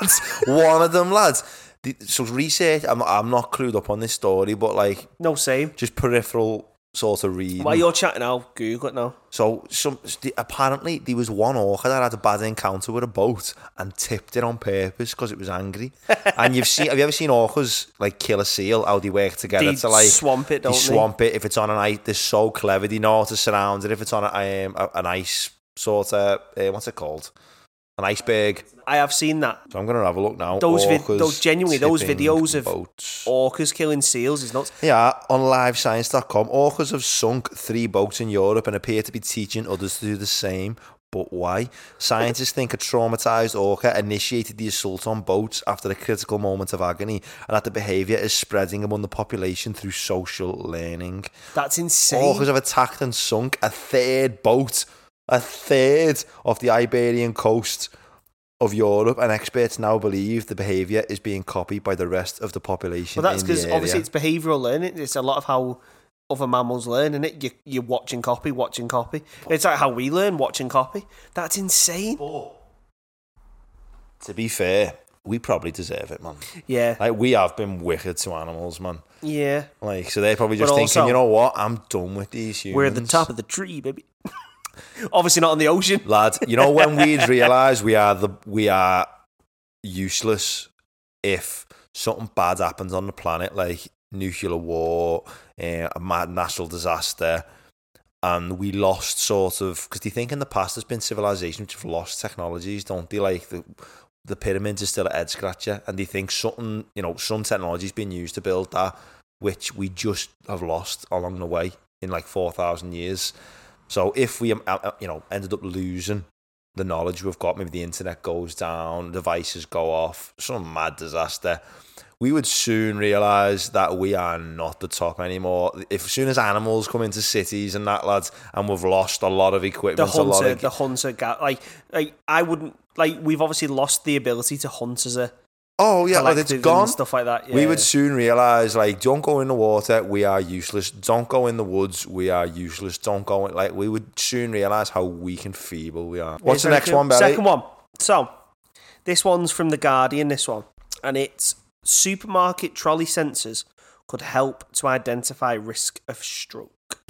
B: lads. One of them, lads. The- So research. I'm I'm not clued up on this story, but like
A: no same.
B: just peripheral sort of reading.
A: While you're chatting, I'll Google it now.
B: so some the- apparently there was one orca that had a bad encounter with a boat and tipped it on purpose because it was angry. and you've seen have you ever seen orcas like kill a seal? How they work together
A: They
B: to like
A: swamp it, don't
B: they
A: they?
B: swamp it if it's on an ice. They're so clever. They know how to surround it if it's on a, um, a- an ice sort of uh, what's it called? An iceberg.
A: I have seen that
B: So I'm gonna have a look now.
A: Those vid-
B: Orcas
A: those- genuinely, those
B: tipping
A: videos of-
B: boats.
A: orcas killing seals is nuts.
B: Yeah, on livescience.com, orcas have sunk three boats in Europe and appear to be teaching others to do the same. But why? Scientists think a traumatized orca initiated the assault on boats after a critical moment of agony and that the behavior is spreading among the population through social learning.
A: That's insane.
B: Orcas have attacked and sunk a third boat, a third of the Iberian coast of Europe, and experts now believe the behaviour is being copied by the rest of the population.
A: Well, that's
B: in the
A: because obviously
B: area.
A: it's behavioural learning. It's a lot of how other mammals learn, isn't it? You you watch and copy, watch and copy. It's like how we learn, watch and copy. That's insane.
B: To be fair, we probably deserve it, man.
A: Yeah,
B: Like we have been wicked to animals, man.
A: yeah.
B: Like so, they're probably just
A: But
B: thinking,
A: also-
B: you know what? I'm done with these humans.
A: We're at the top of the tree, baby. obviously not on the ocean.
B: lad. You know when we'd realise we are the we are useless if something bad happens on the planet, like nuclear war, uh, a mad natural disaster, and we lost sort of because they think in the past there's been civilizations which have lost technologies, don't they? Like the the pyramids are still a head scratcher, and they think something, you know, some technology's been used to build that, which we just have lost along the way in like four thousand years. So if we, um, uh, you know, ended up losing the knowledge we've got, maybe the internet goes down, devices go off, some mad disaster, we would soon realize that we are not the top anymore. If as soon as animals come into cities and that, lads, and we've lost a lot of equipment,
A: the
B: a lot
A: hunter,
B: of
A: the hunter guy. Like, like I wouldn't like. We've obviously lost the ability to hunt as a
B: oh yeah, like
A: collective
B: it's
A: and
B: gone.
A: stuff like that. Yeah.
B: We would soon realize, like, don't go in the water, we are useless. Don't go in the woods, we are useless. Don't go in, like, we would soon realize how weak and feeble we are. What's the
A: Here's
B: next one, Barry?
A: Second one. So, this one's from the Guardian. This one, and it's supermarket trolley sensors could help to identify risk of stroke.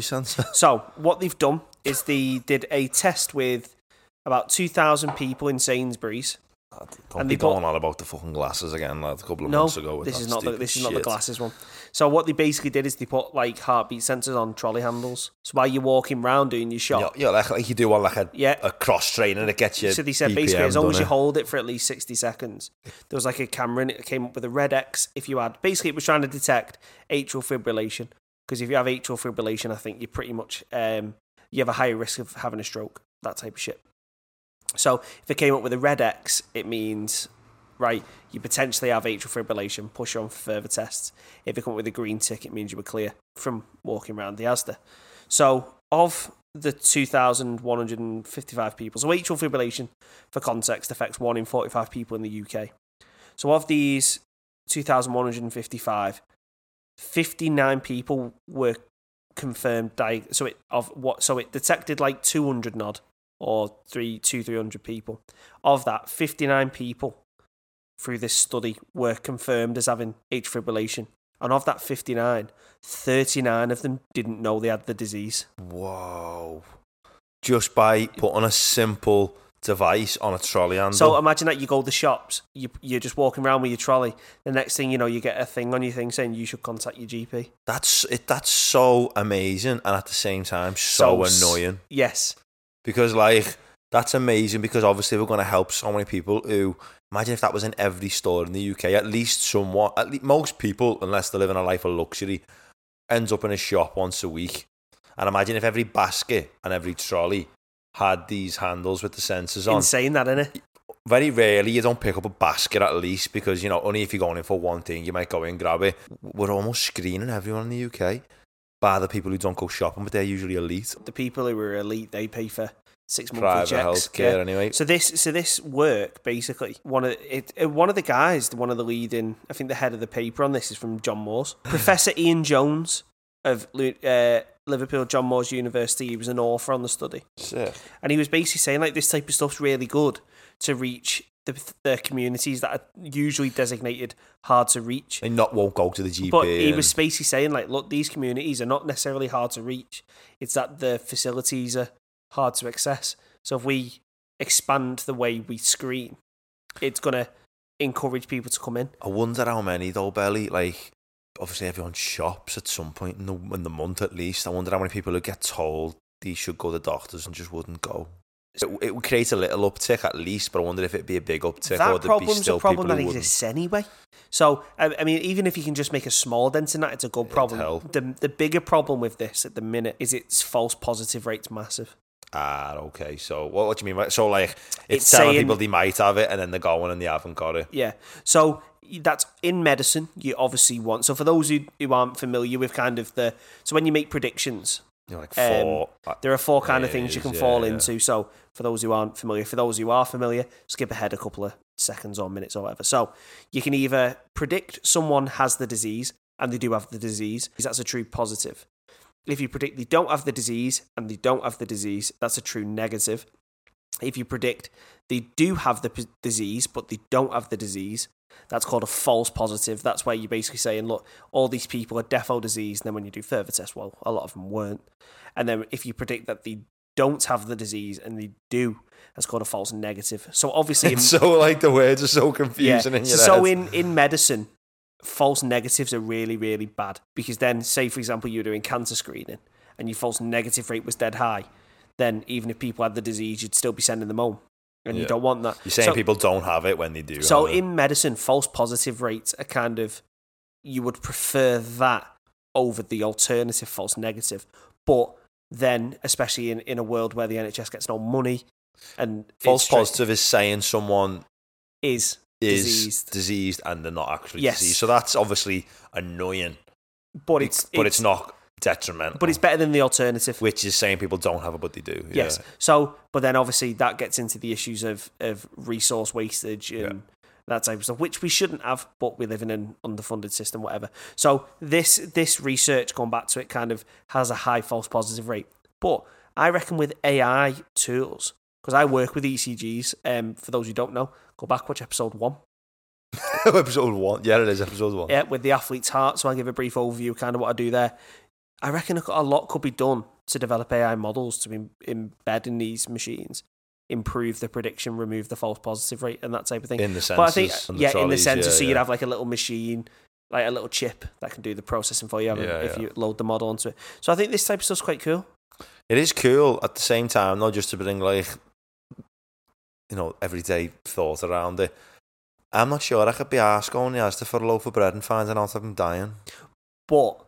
B: sensor.
A: So what they've done is they did a test with about two thousand people in Sainsbury's.
B: Don't
A: And
B: be
A: they put-
B: going on about the fucking glasses again, lad. A couple of
A: No,
B: months ago, with
A: this
B: that
A: is not the,
B: stupid
A: this is not the
B: shit.
A: glasses one. So what they basically did is they put like heartbeat sensors on trolley handles. So while you're walking round doing your
B: Yeah,
A: shop,
B: yeah, like, like you do on like a,
A: Yeah.
B: a cross train and it gets you.
A: so they said
B: BPM,
A: basically as long as
B: doesn't
A: you
B: it?
A: hold it for at least sixty seconds, there was like a camera and it came up with a red X if you had. Basically, it was trying to detect atrial fibrillation because if you have atrial fibrillation, I think you're pretty much um, you have a higher risk of having a stroke, that type of shit. So if it came up with a red X, it means right, you potentially have atrial fibrillation. Push on for further tests. If it come up with a green tick, it means you were clear from walking around the Asda. So of the 2,155 people, so atrial fibrillation, for context, affects one in 45 people in the UK. So of these 2,155, 59 people were confirmed. Di- so it of what? So it detected like 200 nod or three two three hundred people. Of that, 59 people through this study were confirmed as having atrial fibrillation. And of that 59, 39 of them didn't know they had the disease.
B: Whoa. Just by putting a simple device on a trolley handle.
A: So imagine that you go to the shops, you, you're just walking around with your trolley. The next thing you know, you get a thing on your thing saying you should contact your GP.
B: that's it, that's so amazing and at the same time so,
A: s-
B: annoying
A: Yes.
B: because like that's amazing because obviously we're going to help so many people who imagine if that was in every store in the UK at least somewhat at least most people unless they're living a life of luxury ends up in a shop once a week and imagine if every basket and every trolley had these handles with the sensors on
A: Insane that, innit?
B: very rarely you don't pick up a basket at least because you know only if you're going in for one thing you might go in grab it we're almost screening everyone in the uk by the people who don't go shopping but they're usually elite
A: The people who are elite, they pay for six monthly
B: private
A: checks.
B: healthcare
A: Yeah.
B: anyway
A: So this, so this work basically one of it, uh, one of the guys, one of the leading, I think the head of the paper on this is from John Moores, Professor Ian Jones of Lu- uh, Liverpool John Moores University. He was an author on the study,
B: Sick.
A: and he was basically saying like this type of stuff's really good to reach the, the communities that are usually designated hard to reach.
B: and not won't go to the gp
A: But he
B: and-
A: was basically saying, like, look, these communities are not necessarily hard to reach. It's that the facilities are hard to access. So if we expand the way we screen, it's going to encourage people to come in.
B: i wonder how many though belly like obviously everyone shops at some point in the, in the month at least i wonder how many people who get told they should go to doctors and just wouldn't go it, it would create a little uptick at least but i wonder if it'd be a big uptick or
A: that
B: there'd be
A: problem's
B: still
A: a problem
B: people
A: that
B: who wouldn't
A: exists anyway. So, I, I mean, even if you can just make a small dent in that, it's a good
B: It'd
A: problem.
B: help.
A: The, the bigger problem with this at the minute is its false positive rate's massive.
B: Ah, okay. So what, what do you mean? by So like it's,
A: It's
B: telling
A: saying-
B: people they might have it, and then they're going and they haven't got it.
A: Yeah. So that's in medicine. You obviously want. So for those who, who aren't familiar with kind of the so when you make predictions,
B: You're like
A: Um,
B: four. I-
A: there are four kind of things you can
B: Yes,
A: fall
B: yeah, yeah.
A: into. So for those who aren't familiar, for those who are familiar, skip ahead a couple of seconds or minutes or whatever. So you can either predict someone has the disease and they do have the disease, because that's a true positive. If you predict they don't have the disease and they don't have the disease, that's a true negative. If you predict they do have the p- disease but they don't have the disease, that's called a false positive. That's where you're basically saying, look, all these people are defo disease. And then when you do further tests, well, a lot of them weren't. And then if you predict that they don't have the disease and they do, that's called a false negative. So obviously, in,
B: It's so like the words are so confusing in your
A: so
B: head.
A: in in medicine, false negatives are really really bad because then, say for example, you were doing cancer screening and your false negative rate was dead high, then even if people had the disease, you'd still be sending them home, and you
B: Yeah.
A: don't want that.
B: You're saying
A: So-
B: people don't have it when they do.
A: So
B: have it.
A: in medicine, false positive rates are kind of you would prefer that over the alternative false negative. But then, especially in, in a world where the NHS gets no money and it's
B: false
A: straight-
B: positive is saying someone
A: is
B: is
A: Diseased.
B: diseased, and they're not actually
A: Yes.
B: diseased. So that's obviously annoying,
A: but it's,
B: but it's, not detrimental.
A: but it's better than the alternative.
B: which is saying people don't have it, but they do.
A: Yes. So, but then obviously that gets into the issues of of resource wastage and that type of stuff, which we shouldn't have, but we live in an underfunded system, whatever. So this this research, going back to it, kind of has a high false positive rate. But I reckon with AI tools, because I work with ECGs. Um, for those who don't know, go back watch episode one.
B: Yeah. episode one. Yeah, it is episode one.
A: Yeah, with the athlete's heart. So I'll give a brief overview, kind of what I do there. I reckon a lot could be done to develop AI models to im- embed in these machines, improve the prediction, remove the false positive rate, and that type of thing.
B: In the sense,
A: but I think,
B: and
A: yeah, in the
B: trolleys,
A: sensor,
B: yeah,
A: so
B: yeah.
A: you'd have like a little machine, like a little chip that can do the processing for you have a-
B: Yeah,
A: if
B: yeah.
A: you load the model onto it. So I think this type of stuff's quite cool.
B: It is cool at the same time, not just to bring like you know everyday thought around it. I'm not sure I could be asked going to Asda for a loaf of bread and finding out I'm dying.
A: But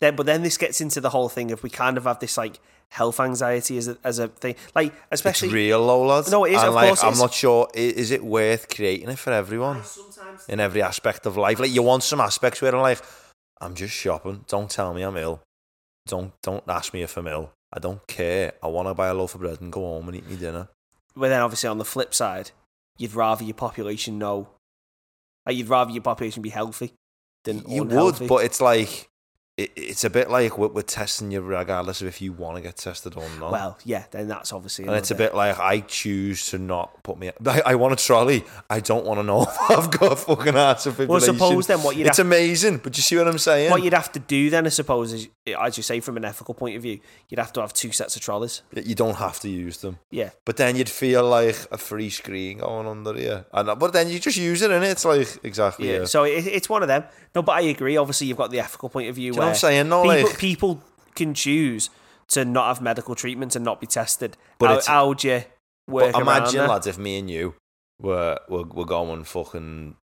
A: then, but then this gets into the whole thing of we kind of have this like health anxiety as a, as a thing, like especially
B: it's real, low lads.
A: No, it is,
B: And
A: of
B: like,
A: course it
B: I'm
A: is.
B: not sure. i- Is it worth creating it for everyone
A: sometimes
B: in every aspect of life? Like, you want some aspects where I'm like, I'm just shopping. Don't tell me I'm ill. Don't don't ask me if I'm ill. I don't care. I want to buy a loaf of bread and go home and eat my dinner.
A: But then obviously on the flip side, you'd rather your population know, like you'd rather your population be healthy than
B: You
A: unhealthy.
B: would, but it's like it, it's a bit like we're, we're testing you regardless of if you want to get tested or not.
A: well, yeah, then that's obviously.
B: and it's Oh. a
A: another-
B: bit like I choose to not put me. I, I want a trolley. I don't want to know if I've got fucking heart fibrillation.
A: Well, suppose then what you'd
B: It's amazing, but you see what I'm saying?
A: What you'd have to do then, I suppose, is as you say from an ethical point of view, you'd have to have two sets of trolleys.
B: That you don't have to use them.
A: Yeah,
B: But then you'd feel like a free screen going under you. And but then you just use it, and it's like exactly.
A: yeah.
B: Yeah.
A: So it, it's one of them. No, but I agree. Obviously, you've got the ethical point of view.
B: you know
A: where
B: what I'm saying? No,
A: people,
B: like
A: people can choose to not have medical treatment and not be tested.
B: But
A: How-
B: it's-
A: how'd you work
B: But imagine,
A: around that?
B: lads, if me and you were were, were going fucking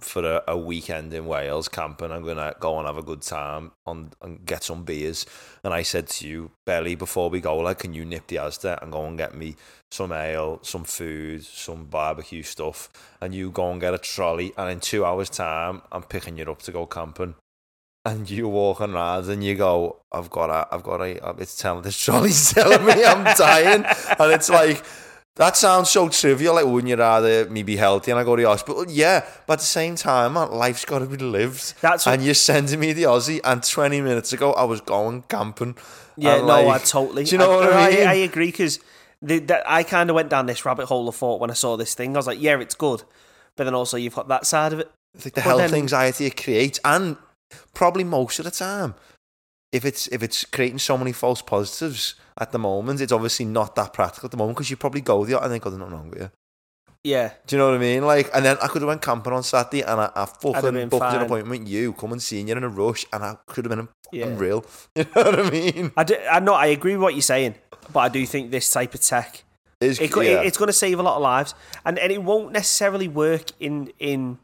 B: for a, a weekend in Wales camping, I'm gonna go and have a good time on and get some beers. And I said to you, Belly, before we go, like, can you nip the Asda and go and get me some ale, some food, some barbecue stuff, and you go and get a trolley, and in two hours' time, I'm picking you up to go camping. And you walking around and you go, I've got a, I've got a, uh, it's telling, this trolley's telling me I'm dying. And it's like, that sounds so trivial. Like, wouldn't you rather me be healthy and I go to the hospital? Yeah, but at the same time, man, life's got to be lived.
A: That's what-
B: and you're sending me the Aussie. And 20 minutes ago, I was going camping.
A: Yeah,
B: And,
A: no,
B: like,
A: I totally.
B: Do you know what I mean?
A: I, agree because I kind of went down this rabbit hole of thought when I saw this thing. I was like, yeah, it's good, but then also you've got that side of it.
B: It's like the
A: But
B: health
A: then-
B: anxiety it creates, and probably most of the time, if it's if it's creating so many false positives at the moment, it's obviously not that practical at the moment because you probably go there and think, "Oh, there's nothing wrong with you."
A: Yeah,
B: Do you know what I mean? Like, and then I could have went camping on Saturday, and I, I
A: been
B: fucking booked
A: fine.
B: an appointment. with You come and see you in a rush, and I could have been a
A: yeah.
B: fucking real. You know what I mean?
A: I do, I know I agree with what you're saying, but I do think this type of tech
B: It's,
A: it, could
B: yeah.
A: it, it's going to save a lot of lives, and and it won't necessarily work in in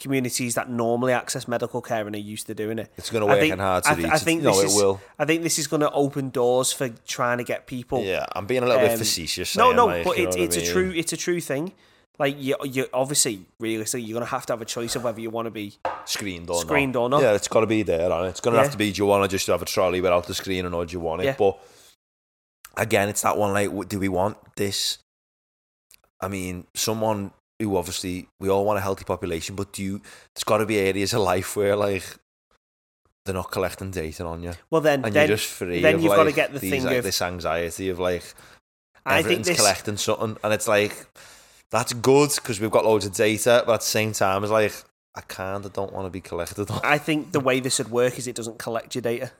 A: communities that normally access medical care and are used to doing it.
B: It's gonna
A: I
B: work
A: think-
B: in hard to
A: I th- I
B: reach.
A: think
B: No,
A: this
B: it
A: is-
B: will.
A: I think this is going to open doors for trying to get people.
B: yeah, I'm being a little
A: Um,
B: bit facetious.
A: No,
B: saying,
A: no,
B: like,
A: but
B: you know
A: it's
B: what I
A: it's a
B: mean?
A: true it's a true thing. Like you, you obviously realistically, you're gonna have to have a choice of whether you want to be.
B: screened or
A: Screened
B: not.
A: or not.
B: Yeah, it's got to be there, and it's going to
A: Yeah.
B: have to be. Do you want to just have a trolley without the screen, or do you want it?
A: Yeah.
B: But again, it's that one. Like, w- do we want this? I mean, someone who obviously we all want a healthy population, but do you? There's got to be areas of life where like they're not collecting data on you,
A: Well, then,
B: and
A: then
B: you're just free.
A: then
B: of,
A: you've gotta
B: like,
A: get the
B: these,
A: thing
B: like,
A: of-
B: this anxiety of like
A: I think
B: everything's
A: this.
B: collecting something, and it's like that's good because we've got loads of data, but at the same time, it's like. I kind of don't want to be collected on.
A: I think the way this would work is it doesn't collect your data.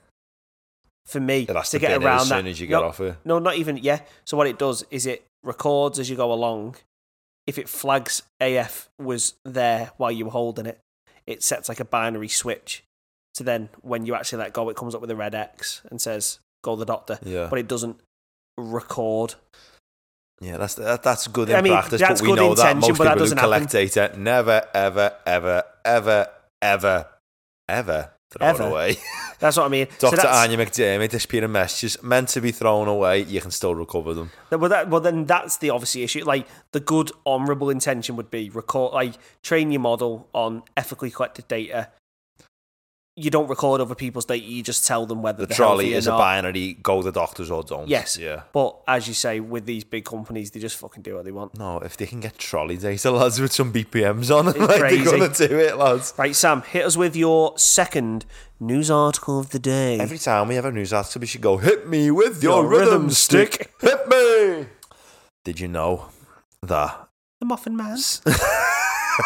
A: for me
B: It has
A: to
B: to,
A: get
B: bin it
A: around
B: as
A: that.
B: soon as you get
A: no,
B: off it.
A: no, not even yeah. So what it does is it records as you go along. If it flags AF was there while you were holding it, it sets like a binary switch. So then when you actually let go, it comes up with a red X and says go to the doctor,
B: Yeah,
A: but it doesn't record.
B: yeah, that's that, that's good in
A: I mean,
B: practice,
A: that's
B: but we
A: good
B: know that
A: intention,
B: most
A: but that
B: people who
A: doesn't happen.
B: collect data never, ever, ever, ever, ever, ever throw
A: Ever.
B: it away.
A: That's what I mean. So
B: Doctor
A: that's-
B: Anya McDermott, disappearing messages meant to be thrown away. You can still recover them.
A: Well, that, well, then that's the obviously issue. Like the good, honourable intention would be record, like train your model on ethically collected data. You don't record other people's data; you just tell them whether
B: The
A: they're
B: trolley
A: healthy or
B: is a
A: not.
B: binary. Go to the doctors or don't.
A: Yes.
B: Yeah.
A: But as you say, with these big companies, they just fucking do what they want.
B: No, if they can get trolley data, lads, with some BPMs on it, like,
A: crazy.
B: they're gonna do it, lads.
A: Right, Sam, hit us with your second news article of the day.
B: Every time we have a news article, we should go, hit me with your,
A: Your
B: rhythm,
A: rhythm
B: stick. hit me. Did you know that?
A: the Muffin Man.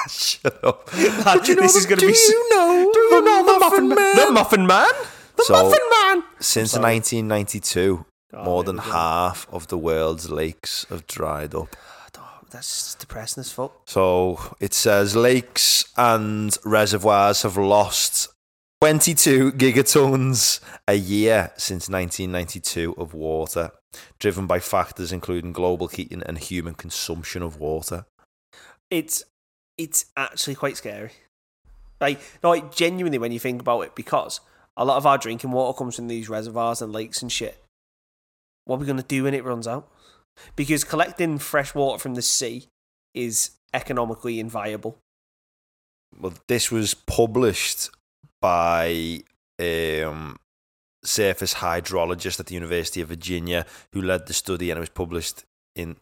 B: Shut up.
A: do you know
B: this
A: the-
B: is going to
A: do
B: be.
A: you
B: know? Do
A: you know the Muffin Man? The
B: Muffin Man?
A: The
B: So-
A: Muffin Man.
B: Since
A: sorry.
B: 1992,
A: Oh,
B: more
A: there
B: than
A: we go.
B: half of the world's lakes have dried up.
A: Oh, that's just depressing as fuck.
B: So it says lakes and reservoirs have lost 22 gigatons a year since 1992 of water, driven by factors including global heating and human consumption of water.
A: it's it's actually quite scary. Like, no, like genuinely, when you think about it, because a lot of our drinking water comes from these reservoirs and lakes and shit. What are we gonna do when it runs out? Because collecting fresh water from the sea is economically inviable.
B: Well, this was published by um, surface hydrologist at the University of Virginia who led the study, and it was published in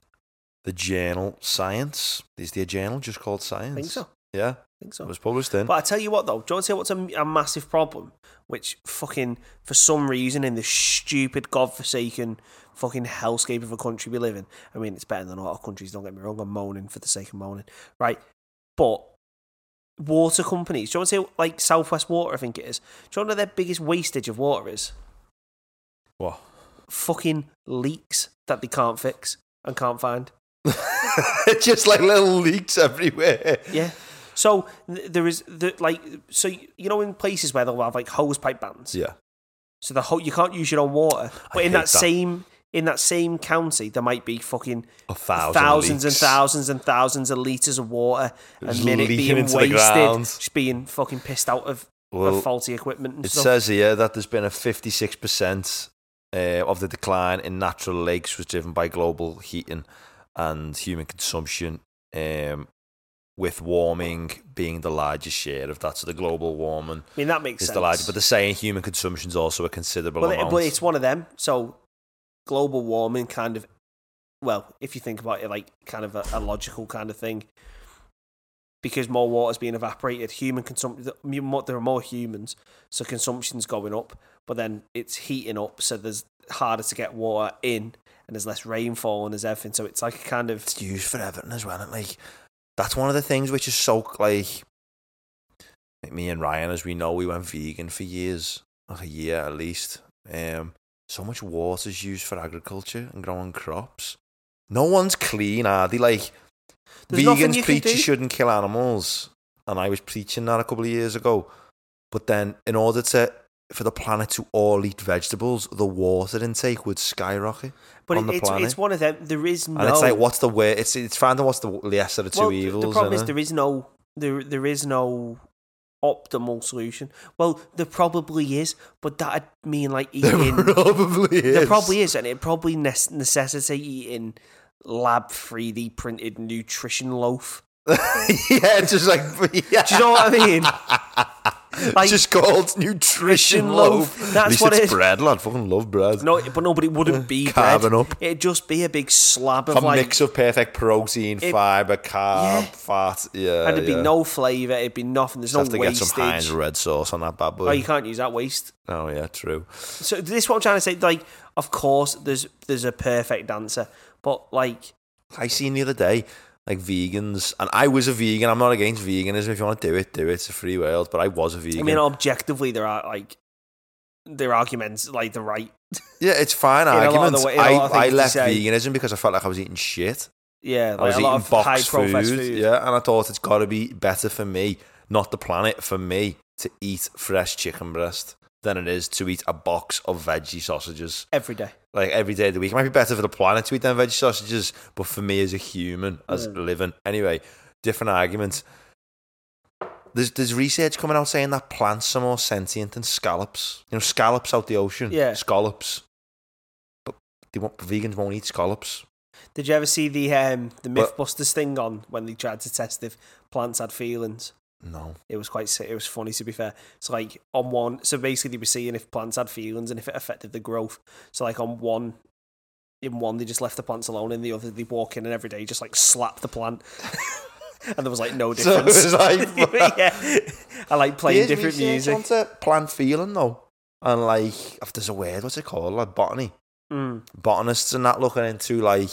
B: the journal Science. Is there a journal just called Science?
A: I think so.
B: Yeah,
A: I think
B: it
A: so.
B: was published in.
A: But I tell you what, though, do you want to tell you what's a, a massive problem? Which fucking, for some reason, in the stupid, godforsaken fucking hellscape of a country we live in, I mean, it's better than a lot of countries, don't get me wrong. I'm moaning for the sake of moaning, right? But water companies, do you want to say, like, Southwest Water, I think it is, do you want to know their biggest wastage of water is?
B: What?
A: Fucking leaks that they can't fix and can't find.
B: just like little leaks everywhere.
A: Yeah. So th- there is the like so you know in places where they'll have like hose pipe bans.
B: Yeah.
A: So the whole you can't use your own water. But in
B: hate
A: that,
B: that.
A: same in that same county, there might be fucking
B: A thousand
A: thousands and
B: leaks.
A: thousands and thousands of liters of water a
B: Just
A: minute
B: leaking
A: being
B: into the
A: wasted,
B: ground.
A: just being fucking pissed out of, of
B: Well,
A: faulty equipment and
B: it
A: stuff.
B: says here that there's been a 56% uh, of the decline in natural lakes was driven by global heating and human consumption, um, with warming being the largest share of that. So the global warming
A: I mean that makes
B: is
A: sense.
B: the largest, but they're saying human consumption's also a considerable
A: Well, it-
B: amount.
A: but it's one of them. So global warming kind of, well, if you think about it, like kind of a, a logical kind of thing, because more water's being evaporated, human consumption, there are more humans, so consumption's going up, but then it's heating up, so there's harder to get water in, and there's less rainfall, and there's everything. So it's like a kind of
B: it's used for everything as well. And like that's one of the things which is so like, like me and Ryan, as we know, we went vegan for years, like a year at least. Um, so much water is used for agriculture and growing crops. No one's clean, are they? Like
A: There's nothing
B: vegans
A: you can
B: preach you
A: do.
B: shouldn't kill animals, and I was preaching that a couple of years ago. But then, in order to for the planet to all eat vegetables, the water intake would skyrocket.
A: but
B: on the
A: it's
B: planet.
A: it's one of them. There is no.
B: And it's like, what's the way? It's it's finding what's the lesser of two
A: well, the-
B: evils.
A: The problem is
B: innit?
A: there is no there there is no optimal solution. Well, there probably is, but that'd mean like eating.
B: There probably is.
A: there probably is, and it probably ne- necessitate eating lab three D printed nutrition loaf.
B: yeah, it's just like yeah,
A: Do you know what I mean? Like-
B: just called nutrition loaf.
A: loaf, that's
B: At least
A: what it
B: it's
A: is.
B: bread, lad. Fucking love bread.
A: No, but no, but it wouldn't be
B: uh, Carving
A: bread.
B: up.
A: It'd just be a big slab of
B: a
A: like,
B: mix of perfect protein,
A: It-
B: fiber, carb,
A: Yeah.
B: fat. Yeah,
A: and it'd
B: yeah.
A: be no flavour. It'd be nothing. There's
B: Just
A: no
B: have to get some Heinz
A: wastage.
B: red sauce on that bad boy.
A: Oh, you can't use that waste.
B: oh yeah, true.
A: So this is what I'm trying to say. Like, of course, there's there's a perfect answer, but like,
B: I seen the other day, like vegans, and I was a vegan. I'm not against veganism. If you want to do it, do it. It's a free world. But I was a vegan.
A: I mean, objectively, there are like their arguments like the right.
B: Yeah, it's fine
A: In a lot of
B: arguments.
A: the way- in a
B: I,
A: lot of things
B: I
A: to
B: left
A: say.
B: veganism because I felt like I was eating shit.
A: Yeah, like
B: I was
A: a
B: Oh, eating
A: lot of high
B: box
A: profile
B: food,
A: food.
B: Yeah, and I thought it's got to be better for me, not the planet, for me to eat fresh chicken breast than it is to eat a box of veggie sausages
A: Every day.
B: like every day of the week. It might be better for the planet to eat them veggie sausages, but for me as a human, as living, anyway, different arguments. There's there's research coming out saying that plants are more sentient than scallops. You know, scallops out the ocean.
A: Yeah.
B: Scallops. But they won't, vegans won't eat scallops.
A: Did you ever see the um, the
B: But-
A: MythBusters thing on when they tried to test if plants had feelings?
B: No.
A: It was quite si- it was funny to be fair. So like on one, so basically they were seeing if plants had feelings and if it affected the growth. So like on one, in one they just left the plants alone, in the other they walk in and every day just like slap the plant, and there was like no
B: So it
A: difference.
B: was like-
A: yeah, I like playing
B: There's
A: different
B: research
A: music.
B: onto plant feeling though. And like if there's a word, what's it called? Like botany.
A: Mm.
B: Botanists and that looking into like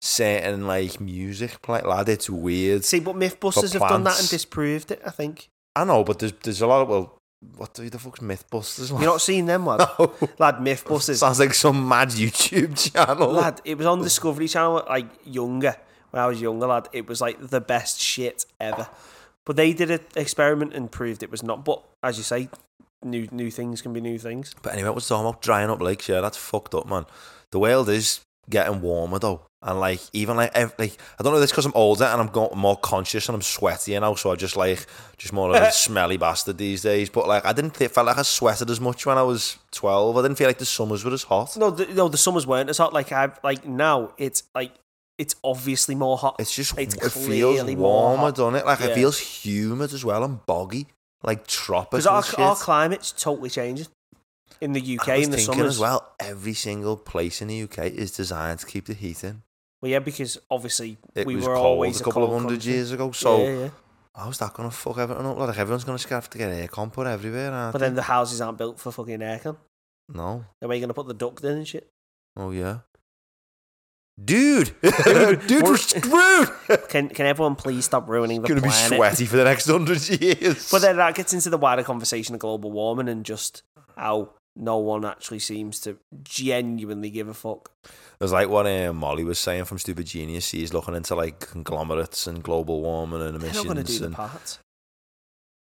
B: certain like music play lad, it's weird.
A: See, but MythBusters
B: For
A: have done that and
B: plants.
A: disproved it. I think
B: I know, but there's there's a lot of well, what the, the fuck's MythBusters?
A: you're not seeing them, lad.
B: no.
A: Lad, MythBusters.
B: Sounds like some mad YouTube channel.
A: lad, it was on Discovery Channel like younger when I was younger, lad. It was like the best shit ever. But they did an experiment and proved it was not. But as you say, new new things can be new things.
B: But anyway, what's talking about drying up lakes? Yeah, that's fucked up, man. The world is getting warmer though, and like even like ev- like I don't know this because I'm older and I'm got more conscious and I'm sweaty now, so I just like just more like a smelly bastard these days. But like I didn't th- felt like I sweated as much when I was twelve. I didn't feel like the summers were as hot.
A: No, the, no, the summers weren't as hot. Like I've like now, it's like it's obviously more hot.
B: It's just
A: It's
B: it feels
A: clearly more
B: warmer,
A: hot.
B: doesn't it? Like
A: Yeah.
B: it feels humid as well and boggy, like tropical
A: because our,
B: shit.
A: our climate's totally changing in the UK
B: I was
A: in the
B: thinking
A: summers.
B: as well. Every single place in the UK is designed to keep the heat in.
A: Well, yeah, because obviously
B: It
A: we
B: was
A: were
B: cold
A: always
B: a couple of
A: cold
B: hundred
A: country.
B: years ago, so
A: Yeah, yeah.
B: how's that going to fuck everything up? Like everyone's going to have to get aircon put everywhere. aren't
A: But then
B: they?
A: the houses aren't built for fucking aircon.
B: no,
A: Then where you gonna put the duct in and shit?
B: oh yeah, dude, dude,
A: Dude,
B: we're
A: we're-
B: screwed.
A: Can can everyone please stop ruining the
B: going to be
A: planet?
B: sweaty for the next hundred years.
A: But then that gets into the wider conversation of global warming and just how no one actually seems to genuinely give a fuck.
B: It was like what um, Molly was saying from Stupid Genius. He's looking into like conglomerates and global warming and
A: They're
B: emissions.
A: not going to do the
B: and-
A: part.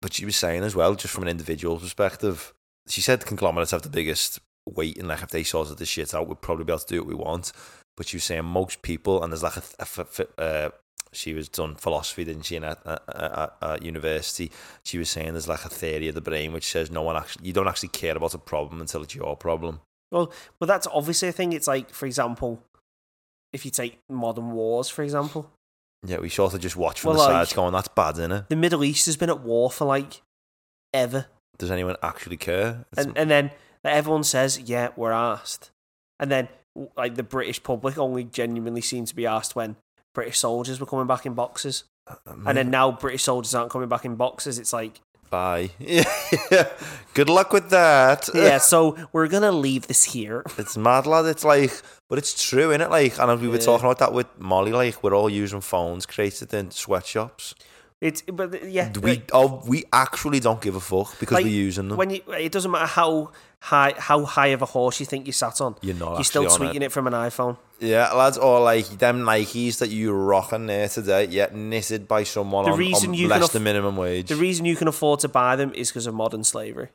B: but she was saying as well, just from an individual perspective, she said conglomerates have the biggest weight, and like if they sorted this shit out, we'd probably be able to do what we want. But she was saying most people, and there's like a, th- a f- f- uh, she was done philosophy, didn't she, in at, at, at, at university? She was saying there's like a theory of the brain which says no one actually, you don't actually care about a problem until it's your problem.
A: But that's obviously a thing. It's like, for example, if you take modern wars, for example,
B: Yeah, we sort of just watch from
A: Well,
B: the
A: like-
B: sides, going, "That's bad, innit?
A: the Middle East has been at war for like ever.
B: Does anyone actually care?" It's-
A: and and then like, everyone says, "Yeah, we're asked," and then w- like the British public only genuinely seemed to be asked when British soldiers were coming back in boxes,
B: Uh,
A: and then now British soldiers aren't coming back in boxes. It's like,
B: bye. yeah, good luck with that.
A: yeah, so we're gonna leave this here.
B: It's mad, lad. It's like, but it's true, innit? Like, and we were
A: Yeah.
B: talking about that with Molly. Like, we're all using phones created in sweatshops.
A: It's but yeah,
B: We oh, we actually don't give a fuck because
A: Like,
B: we're using them.
A: when you it doesn't matter how high how high of a horse you think you sat on,
B: You're not
A: you're still
B: actually on
A: tweeting it. from an iPhone.
B: yeah, lads, or like them Nikes that you rocking there today, yeah, knitted by someone
A: The
B: on,
A: reason
B: on
A: you
B: less
A: can aff-
B: than minimum wage.
A: The reason you can afford to buy them is because of modern slavery.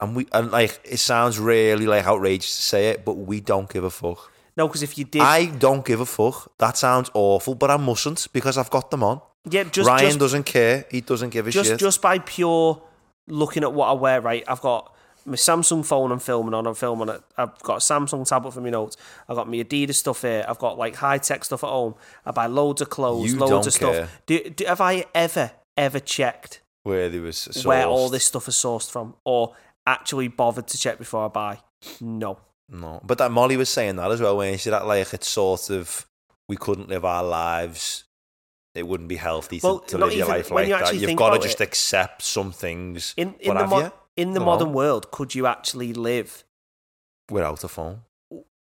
B: and we and like it sounds really like outrageous to say it, but we don't give a fuck.
A: No, because if you did,
B: I don't give a fuck. That sounds awful, but I mustn't because I've got them on.
A: yeah, just
B: Ryan
A: just
B: doesn't care. He doesn't give a
A: just
B: shit.
A: just by pure looking at what I wear, right? I've got my Samsung phone I'm filming on, I'm filming it. I've got a Samsung tablet for my notes. I've got my Adidas stuff here. I've got like high tech stuff at home. I buy loads of clothes,
B: You
A: loads
B: don't
A: of
B: care.
A: stuff. Do, do, have I ever, ever checked
B: where there was sourced.
A: where all this stuff is sourced from or actually bothered to check before I buy? No.
B: No, but that Molly was saying that as well when she said that like it's sort of we couldn't live our lives. It wouldn't be healthy to,
A: Well,
B: to
A: not
B: live your
A: even-
B: life
A: when
B: like
A: you
B: that.
A: actually
B: You've
A: think
B: got to
A: about
B: just
A: it-
B: accept some things.
A: In, in,
B: What
A: the,
B: have
A: mo-
B: you?
A: in the
B: No.
A: modern world, could you actually live?
B: Without a phone,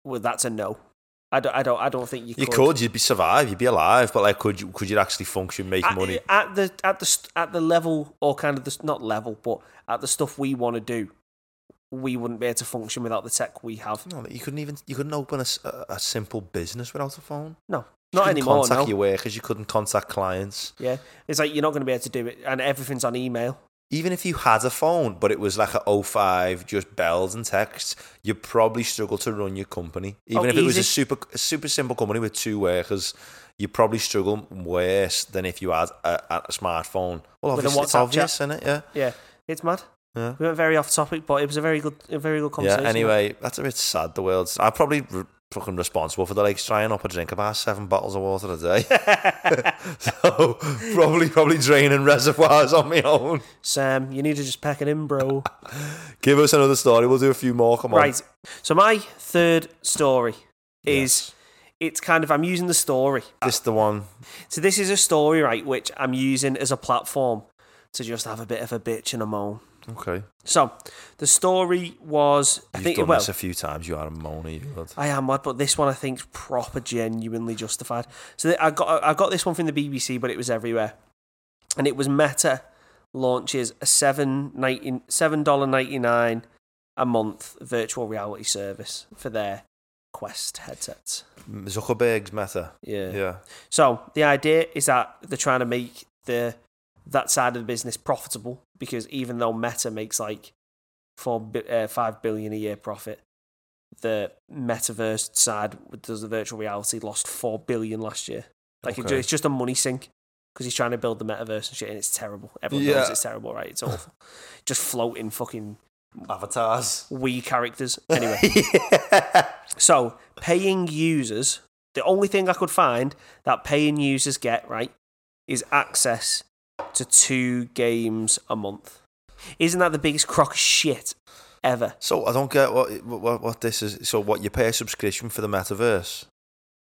A: Well, that's a no. I don't, I don't, I don't think you,
B: you could. You'd be survive. You'd be alive. But like, could you? Could you actually function, make
A: at,
B: money?
A: at the at the st- at the level or kind of the s- not level but at the stuff we want to do we wouldn't be able to function without the tech we have.
B: No, you couldn't even you couldn't open a, s- a- a simple business without a phone. You
A: Not
B: couldn't
A: anymore.
B: Contact
A: No.
B: your workers. You couldn't contact clients.
A: Yeah, it's like you're not going to be able to do it, and everything's on email.
B: Even if you had a phone, but it was like a 05, just bells and texts, you probably struggle to run your company. Even if it was
A: Oh, easy.
B: a super a super simple company with two workers, you probably struggle worse than if you had a, a smartphone. Well,
A: With a
B: obviously, it's
A: WhatsApp
B: obvious, isn't it? Yeah.
A: Yeah, it's mad.
B: Yeah.
A: We went very off topic, but it was a very good, a very good
B: Yeah,
A: conversation.
B: anyway, that's a bit sad. The world's. I'm probably re- fucking responsible for the like trying up a drink about seven bottles of water a day. so probably probably draining reservoirs on my own.
A: Sam, you need to just pack it in, bro.
B: Give us another story. We'll do a few more. Come on.
A: right. So my third story
B: Yes.
A: is it's kind of I'm using the story.
B: This the one.
A: So this is a story, right, which I'm using as a platform to just have a bit of a bitch and a moan.
B: Okay.
A: So the story was I
B: You've
A: think
B: done
A: well
B: this a few times. You are a moaner. You lad.
A: I am mad, but this one I think's proper, genuinely justified. So th- I got I got this one from the BBC, but it was everywhere, and it was Meta launches a seven ninety seven dollar ninety nine a month virtual reality service for their Quest headsets.
B: Zuckerberg's meta.
A: Yeah.
B: Yeah.
A: So the idea is that they're trying to make the that side of the business profitable because even though Meta makes like four bi- uh, five billion a year profit, the metaverse side, which does the virtual reality, lost four billion last year. Like it
B: Okay.
A: ju- it's just a money sink because he's trying to build the metaverse and shit, and it's terrible. Everyone knows
B: Yeah.
A: it's terrible, right? It's awful. just floating fucking
B: Avatars.
A: Wii characters. Anyway. So, paying users, the only thing I could find that paying users get, right, is access to two games a month. Isn't that the biggest crock of shit ever?
B: so I don't get what, what what this is. So what you pay a subscription for the metaverse?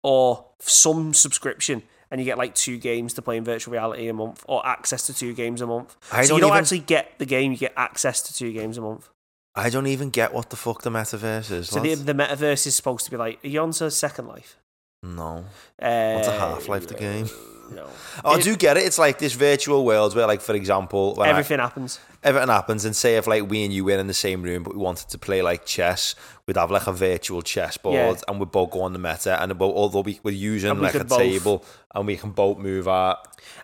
A: Or some subscription and you get like two games to play in virtual reality a month or access to two games a month.
B: I
A: so you don't
B: even,
A: actually get the game, you get access to two games a month.
B: I don't even get what the fuck the metaverse is.
A: So
B: lad.
A: the, the metaverse is supposed to be like, are you on to Second Life?
B: no.
A: Uh,
B: What's a Half-Life, the game?
A: No.
B: Oh, I
A: It-
B: do get it. It's like this virtual world where, like, for example, when I-
A: Everything happens.
B: everything happens, and say if like we and you were in the same room, but we wanted to play like chess, we'd have like a virtual chess board,
A: Yeah.
B: and we'd both go on the meta, and we'll, although we, we're using
A: And we
B: like a
A: could both-
B: table, and we can both move our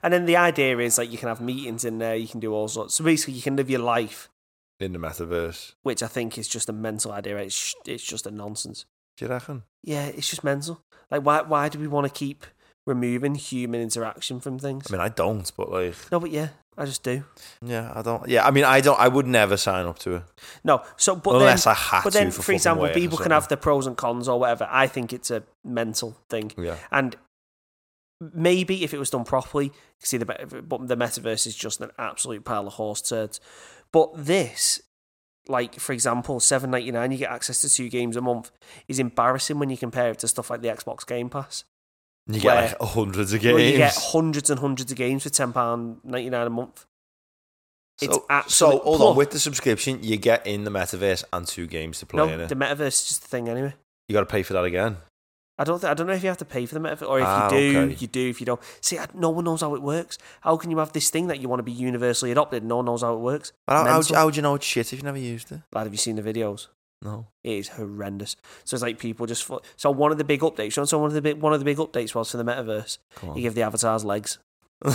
A: And then the idea is like you can have meetings in there, you can do all sorts. So basically, you can live your life,
B: in the metaverse.
A: which I think is just a mental idea. It's sh- it's just a nonsense.
B: Do you reckon?
A: Yeah, it's just mental. Like why why do we want to keep removing human interaction from things?
B: I mean, I don't, but like,
A: no, but yeah, I just do.
B: yeah, I don't. Yeah, I mean, I don't. I would never sign up to it
A: No, so but
B: unless
A: then,
B: I had
A: but
B: to.
A: then
B: for,
A: for,
B: fucking
A: example,
B: work or
A: people can have the pros and cons or whatever. I think it's a mental thing,
B: something. Yeah,
A: and maybe if it was done properly, you could see the be- but the metaverse is just an absolute pile of horse turds. But this, like for example, seven ninety nine, you get access to two games a month, is embarrassing when you compare it to stuff like the Xbox Game Pass,
B: you get
A: Where-
B: like hundreds of
A: where you get
B: games.
A: hundreds and hundreds of games for ten pound ninety nine a month. It's
B: so, so
A: absolute
B: hold
A: pluck.
B: on. With the subscription, you get in the metaverse and two games to play
A: No,
B: in it.
A: the metaverse is just a thing anyway.
B: You got to pay for that again.
A: I don't. Th- I don't know if you have to pay for the metaverse, or if
B: Ah,
A: you do,
B: okay.
A: you do. If you don't, see, I, no one knows how it works. How can you have this thing that you want to be universally adopted? and No one knows how it works.
B: How, how,
A: Mental.
B: how would you know it's shit if you never used it?
A: Lad, have you seen the videos?
B: No.
A: It is horrendous. So it's like people just. Fo- so one of the big updates. So one of the big one of the big updates was for the metaverse.
B: Come
A: You give the avatars legs.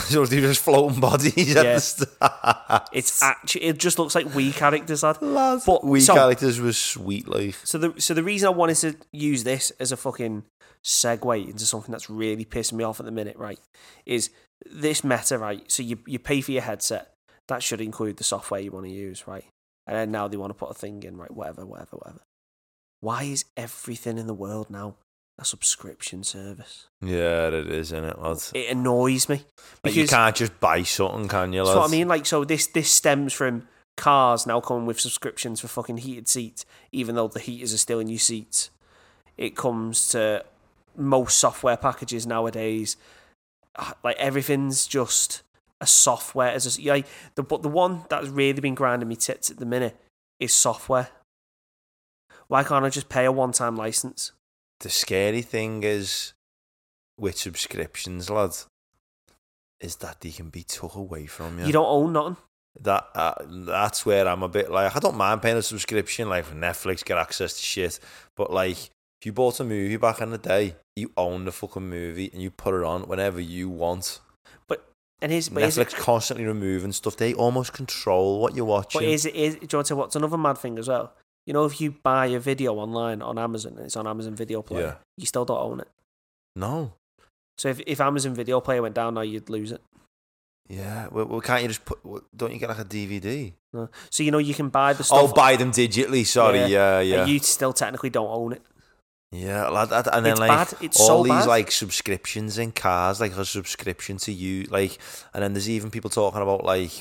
B: so they're just floating bodies at
A: Yeah.
B: the start.
A: It's actually. It just looks like Wii characters, lad.
B: Lads,
A: but-
B: we
A: so-
B: characters were sweet, like.
A: So the so the reason I wanted to use this as a fucking segue into something that's really pissing me off at the minute, right, is this meta, right? So you you pay for your headset. That should include the software you want to use, right? And then now they want to put a thing in, right? Whatever, whatever, whatever. Why is everything in the world now a subscription service?
B: Yeah, it is, isn't it, lads?
A: It annoys me
B: Like, you
A: because
B: can't just buy something, can you, lads?
A: that's what I mean. Like, so this this stems from cars now coming with subscriptions for fucking heated seats, even though the heaters are still in your seats. It comes to most software packages nowadays. Ah, Like everything's just a software as a s- like the but the one that's really been grinding me tits at the minute is software. Why can't I just pay a one time license?
B: The scary thing is with subscriptions, lads, is that they can be took away from you.
A: You don't own nothing.
B: that uh, that's where I'm a bit like I don't mind paying a subscription like for Netflix get access to shit, but like if you bought a movie back in the day, you own the fucking movie and you put it on whenever you want.
A: And is but is
B: Netflix
A: it,
B: constantly removing stuff; they almost control what you're watching.
A: but is it is do you want to say what's another mad thing as well? You know, if you buy a video online on Amazon and it's on Amazon Video Player,
B: Yeah.
A: you still don't own it.
B: no,
A: So if, if Amazon Video Player went down now, you'd lose it.
B: yeah, well, well, can't you just put? well, Don't you get like a DVD?
A: No. So you know you can buy the
B: Oh,
A: stuff,
B: buy them digitally. Sorry, yeah, yeah, yeah.
A: and you still technically don't own it.
B: like that, and then
A: It's
B: like
A: bad. It's
B: all
A: so
B: these
A: bad.
B: like subscriptions in cars, like a subscription to you, like, and then there's even people talking about like,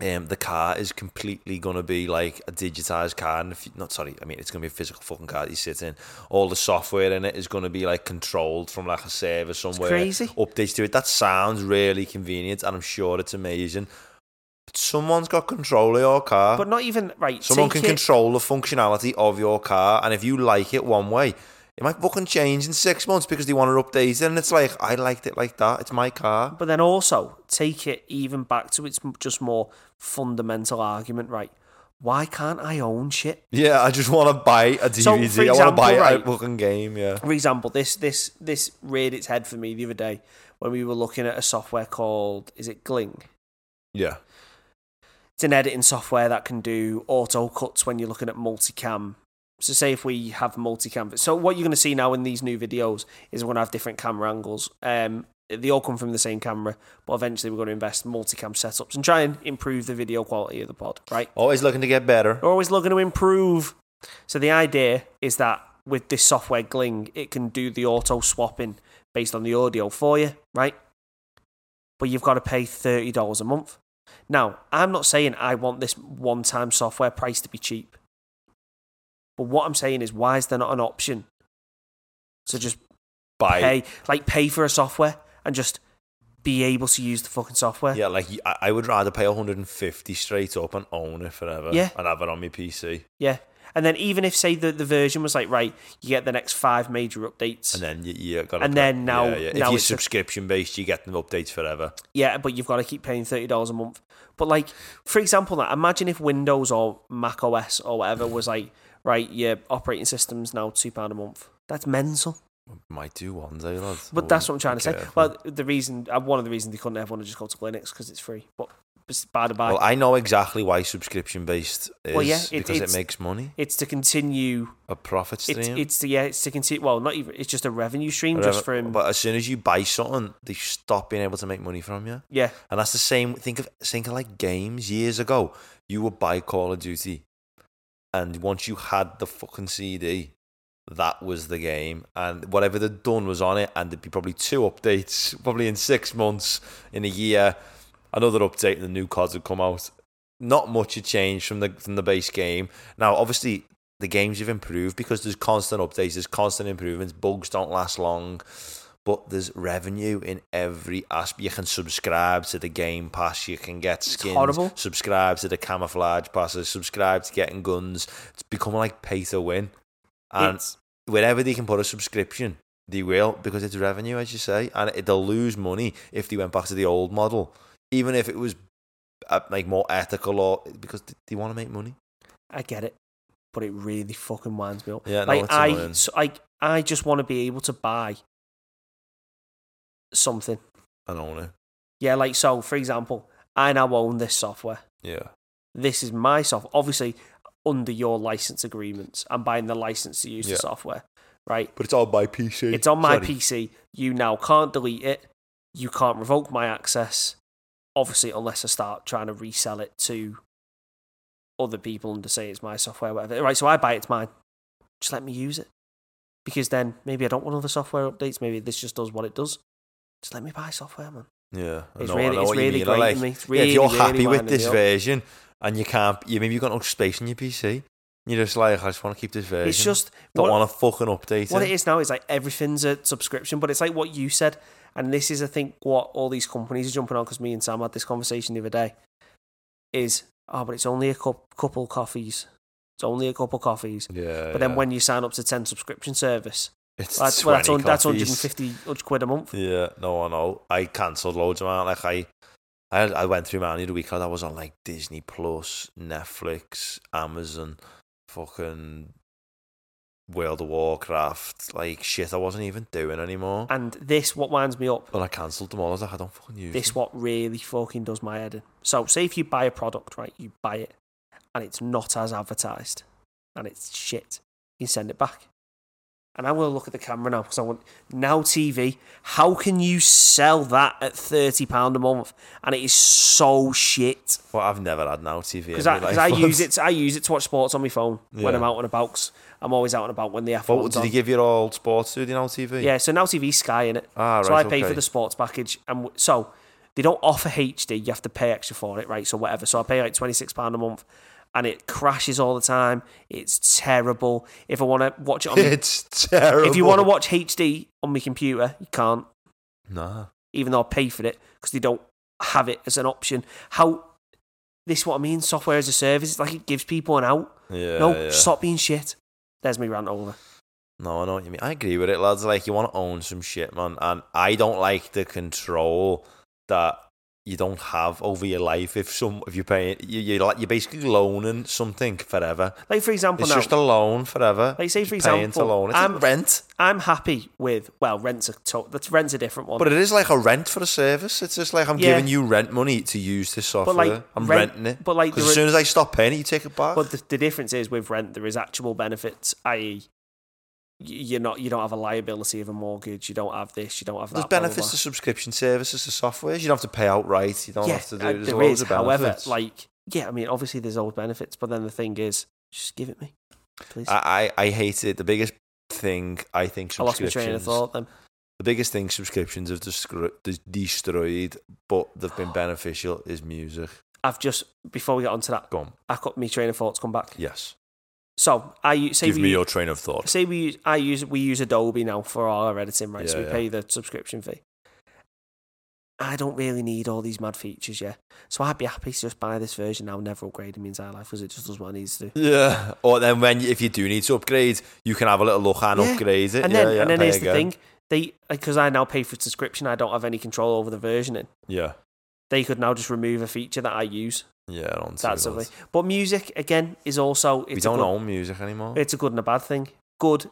B: um, the car is completely gonna be like a digitized car, and if you, not sorry, I mean it's gonna be a physical fucking car that you sit in. All the software in it is gonna be like controlled from like a server somewhere.
A: crazy.
B: Updates to it. That sounds really convenient, and I'm sure it's amazing. But someone's got control of your car.
A: But not even right.
B: Someone
A: take
B: can
A: it-
B: control the functionality of your car, and if you like it one way, it might fucking change in six months because they want to update it. And it's like, I liked it like that. It's my car.
A: But then also take it even back to its m- just more fundamental argument, right? Why can't I own shit?
B: Yeah, I just want to buy a
A: So,
B: DVD.
A: for
B: I want to
A: example,
B: buy a
A: right-
B: fucking game. Yeah.
A: For example, this this this reared its head for me the other day when we were looking at a software called is it Gling?
B: Yeah.
A: It's an editing software that can do auto cuts when you're looking at multicam. So say if we have multicam. So what you're going to see now in these new videos is we're going to have different camera angles. Um, they all come from the same camera, but eventually we're going to invest in multicam setups and try and improve the video quality of the pod, right?
B: Always looking to get better.
A: We're always looking to improve. So the idea is that with this software Gling, it can do the auto swapping based on the audio for you, right? But you've got to pay $30 a month. Now, I'm not saying I want this one time software price to be cheap. But what I'm saying is why is there not an option to just
B: Buy.
A: pay like pay for a software and just be able to use the fucking software?
B: Yeah, like I I would rather pay 150 straight up and own it forever.
A: Yeah.
B: And have it on my PC,
A: Yeah. And then even if say the, the version was like, right, you get the next five major updates.
B: and then you, you got.
A: And then now-
B: yeah, yeah. if
A: now
B: you're
A: it's a-
B: subscription based, you get them updates forever.
A: yeah, but you've got to keep paying thirty dollars a month. But like, for example, that imagine if Windows or Mac OS or whatever was like, right, your operating system's now two pound a month. That's mental.
B: Might do one day, lads.
A: But
B: I
A: that's what I'm
B: wouldn't
A: trying to say.
B: care.
A: Well, the reason, uh, one of the reasons they couldn't have one is just go to Linux because it's free. But it's by the by,
B: Well, I know exactly why subscription based is
A: Well, yeah, it-
B: because it
A: it's-
B: makes money,
A: it's to continue.
B: a profit stream.
A: It's it's to yeah, it's to continue. Well, not even. It's just a revenue stream just
B: Whatever.
A: from
B: But as soon as you buy something, they stop being able to make money from you,
A: yeah.
B: and that's the same. Think of think of like games years ago. You would buy Call of Duty, and once you had the fucking CD, that was the game, and whatever they'd done was on it, and there'd be probably two updates, probably in six months, in a year, another update, and the new cards would come out. Not much had changed from the from the base game. Now, obviously, the games have improved because there's constant updates, there's constant improvements. Bugs don't last long, but there's revenue in every aspect. You can subscribe to the game pass, you can get skins,
A: horrible.
B: subscribe to the camouflage passes, subscribe to getting guns. It's become like pay to win, and
A: it's,
B: whenever they can put a subscription, they will because it's revenue, as you say, and it, they'll lose money if they went back to the old model, even if it was uh, like more ethical or because they, they want to make money.
A: I get it, but it really fucking winds me up.
B: Yeah, no,
A: like
B: it's
A: I,
B: annoying.
A: so, like I just want to be able to buy something.
B: I don't know.
A: Yeah, like so. For example, I now own this software.
B: Yeah,
A: This is my software. Obviously, under your license agreements, I'm buying the license to use
B: Yeah.
A: the software. Right?
B: but it's on my PC.
A: It's on my
B: Sorry.
A: PC. You now can't delete it. You can't revoke my access. Obviously, unless I start trying to resell it to other people and to say it's my software, whatever. Right, so I buy it, it's mine. Just let me use it. Because then maybe I don't want other software updates. Maybe this just does what it does. Just let me buy software, man.
B: Yeah, I
A: It's
B: know- I
A: really,
B: know
A: it's
B: what you
A: really
B: mean.
A: great
B: I like-
A: to me. It's
B: Yeah,
A: really,
B: if you're
A: really
B: happy with
A: winding me
B: this
A: up.
B: version and you can't, you maybe you've got no space on your PC, you're just like, I just want to keep this version.
A: it's just
B: don't
A: what-
B: want to fucking update
A: What it is now is like everything's a subscription, but it's like what you said, and this is I think what all these companies are jumping on because me and Sam had this conversation the other day. Is oh, but it's only a cup, couple coffees. It's only a couple coffees.
B: Yeah,
A: But then
B: yeah.
A: when you sign up to ten subscription service,
B: it's
A: that's well, that's,
B: 20
A: un, that's
B: copies.
A: 150 odd quid a month.
B: Yeah, no, I know. I cancelled loads of mine. Like I, I I went through mine the other week. I was on like Disney Plus, Netflix, Amazon, fucking World of Warcraft, like shit. I wasn't even doing anymore.
A: And this what winds me up.
B: Well, I cancelled them all. I was like, I don't fucking use
A: This
B: them.
A: what really fucking does my head in. So say if you buy a product, right? You buy it, and it's not as advertised, and it's shit. You send it back. And I will look at the camera now because I want now TV. How can you sell that at thirty pound a month? And it is so shit.
B: But I've never had now TV.
A: Because
B: in
A: I,
B: my
A: 'cause I
B: life.
A: use it. I use it to watch sports on my phone when
B: Yeah.
A: I'm out and about. 'cause I'm always out and about when the F1's
B: But did
A: on.
B: he give you all sports to the now TV?
A: yeah, so now TV Sky in it.
B: Ah, right.
A: so I pay
B: okay.
A: for the sports package, and w- so they don't offer HD. You have to pay extra for it, right? So whatever. So I pay like twenty six pound a month, and it crashes all the time. It's terrible. If I want to watch it on, my,
B: It's terrible.
A: if you want to watch HD on my computer, you can't,
B: nah.
A: even though I pay for it because they don't have it as an option. How this is what I mean? Software as a service. It's like it gives people an out.
B: Yeah.
A: no,
B: yeah.
A: stop being shit. There's me rant over.
B: No, I know what you mean. I agree with it, lads. Like, you want to own some shit, man. And I don't like the control that you don't have over your life. If some, if you're paying, you, you're like, you're basically loaning something forever.
A: Like for example,
B: It's
A: now
B: just a loan forever.
A: Like, say, for
B: You're paying to
A: example,
B: loan. It's
A: I'm-
B: a rent,
A: I'm happy with well, rents a to- that's rent's a different one.
B: but it is like a rent for a service. It's just like I'm
A: Yeah.
B: giving you rent money to use this software.
A: like,
B: I'm
A: rent-
B: renting it.
A: but, like,
B: because
A: there
B: as
A: are-
B: soon as I stop paying it, you take it back.
A: But the, the difference is with rent, there is actual benefits, i.e., y- you're not you don't have a liability of a mortgage, you don't have this, you don't have
B: There's
A: that. blah, blah,
B: benefits to subscription services to software. You don't have to pay outright. You
A: blah.
B: don't
A: yeah,
B: have to do.
A: uh,
B: There's
A: there
B: loads
A: is.
B: of
A: However,
B: benefits.
A: like yeah, I mean, obviously there's always benefits, but then the thing is, just give it me, please. I,
B: I, I I hate it. The biggest thing I think
A: lost my train of
B: subscriptions.
A: thought. Then
B: the biggest thing subscriptions have descri- des- destroyed, but they've been beneficial is music.
A: I've just before we get onto that,
B: Gone.
A: I got my train of thoughts come back.
B: Yes.
A: So I u- say
B: Give
A: we
B: me your train of thought.
A: say we use, I use we use Adobe now for our editing, right? so we
B: Yeah, yeah.
A: pay the subscription fee. I don't really need all these mad features, yeah. So I'd be happy to just buy this version now, never upgrade in my entire life because it just does what it needs to do.
B: Yeah. Or then when if you do need to upgrade, you can have a little look and
A: Yeah.
B: upgrade it.
A: And
B: yeah,
A: then
B: yeah,
A: and then
B: pay
A: here's the
B: again.
A: thing: they because I now pay for subscription, I don't have any control over the versioning.
B: Yeah.
A: They could now just remove a feature that I use.
B: Yeah. I don't see
A: That's
B: that.
A: something. But music again is also it's
B: We
A: a
B: don't
A: good-
B: own music anymore.
A: It's a good and a bad thing. Good,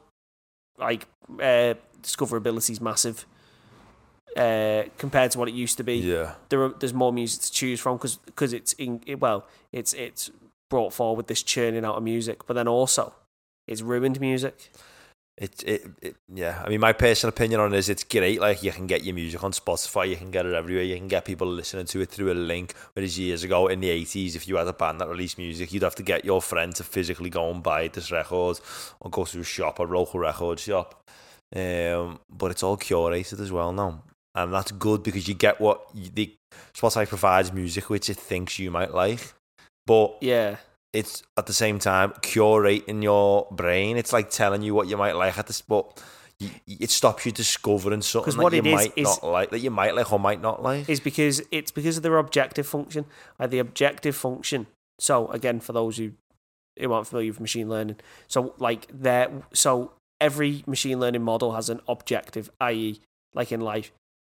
A: like uh, discoverability is massive uh, compared to what it used to be.
B: yeah.
A: There are, there's more music to choose from because it's in it, well, it's it's brought forward this churning out of music, but then also it's ruined music.
B: It, it, it, yeah. I mean, my personal opinion on it is it's great. Like, you can get your music on Spotify, you can get it everywhere, you can get people listening to it through a link. Whereas years ago in the 80s, if you had a band that released music, you'd have to get your friend to physically go and buy this record or go to a shop, a local record shop. Um, but it's all curated as well now. And that's good because you get what you, the Spotify provides music which it thinks you might like. But
A: Yeah,
B: it's at the same time curating your brain. It's like telling you what you might like at this, but y- y- it stops you discovering
A: 'Cause
B: something
A: what
B: that you
A: it is,
B: might
A: is-
B: not like, that you might like or might not like.
A: is because it's because of their objective function. Like the objective function. So again, for those who who aren't familiar with machine learning, so like there, so every machine learning model has an objective, i.e., like in life,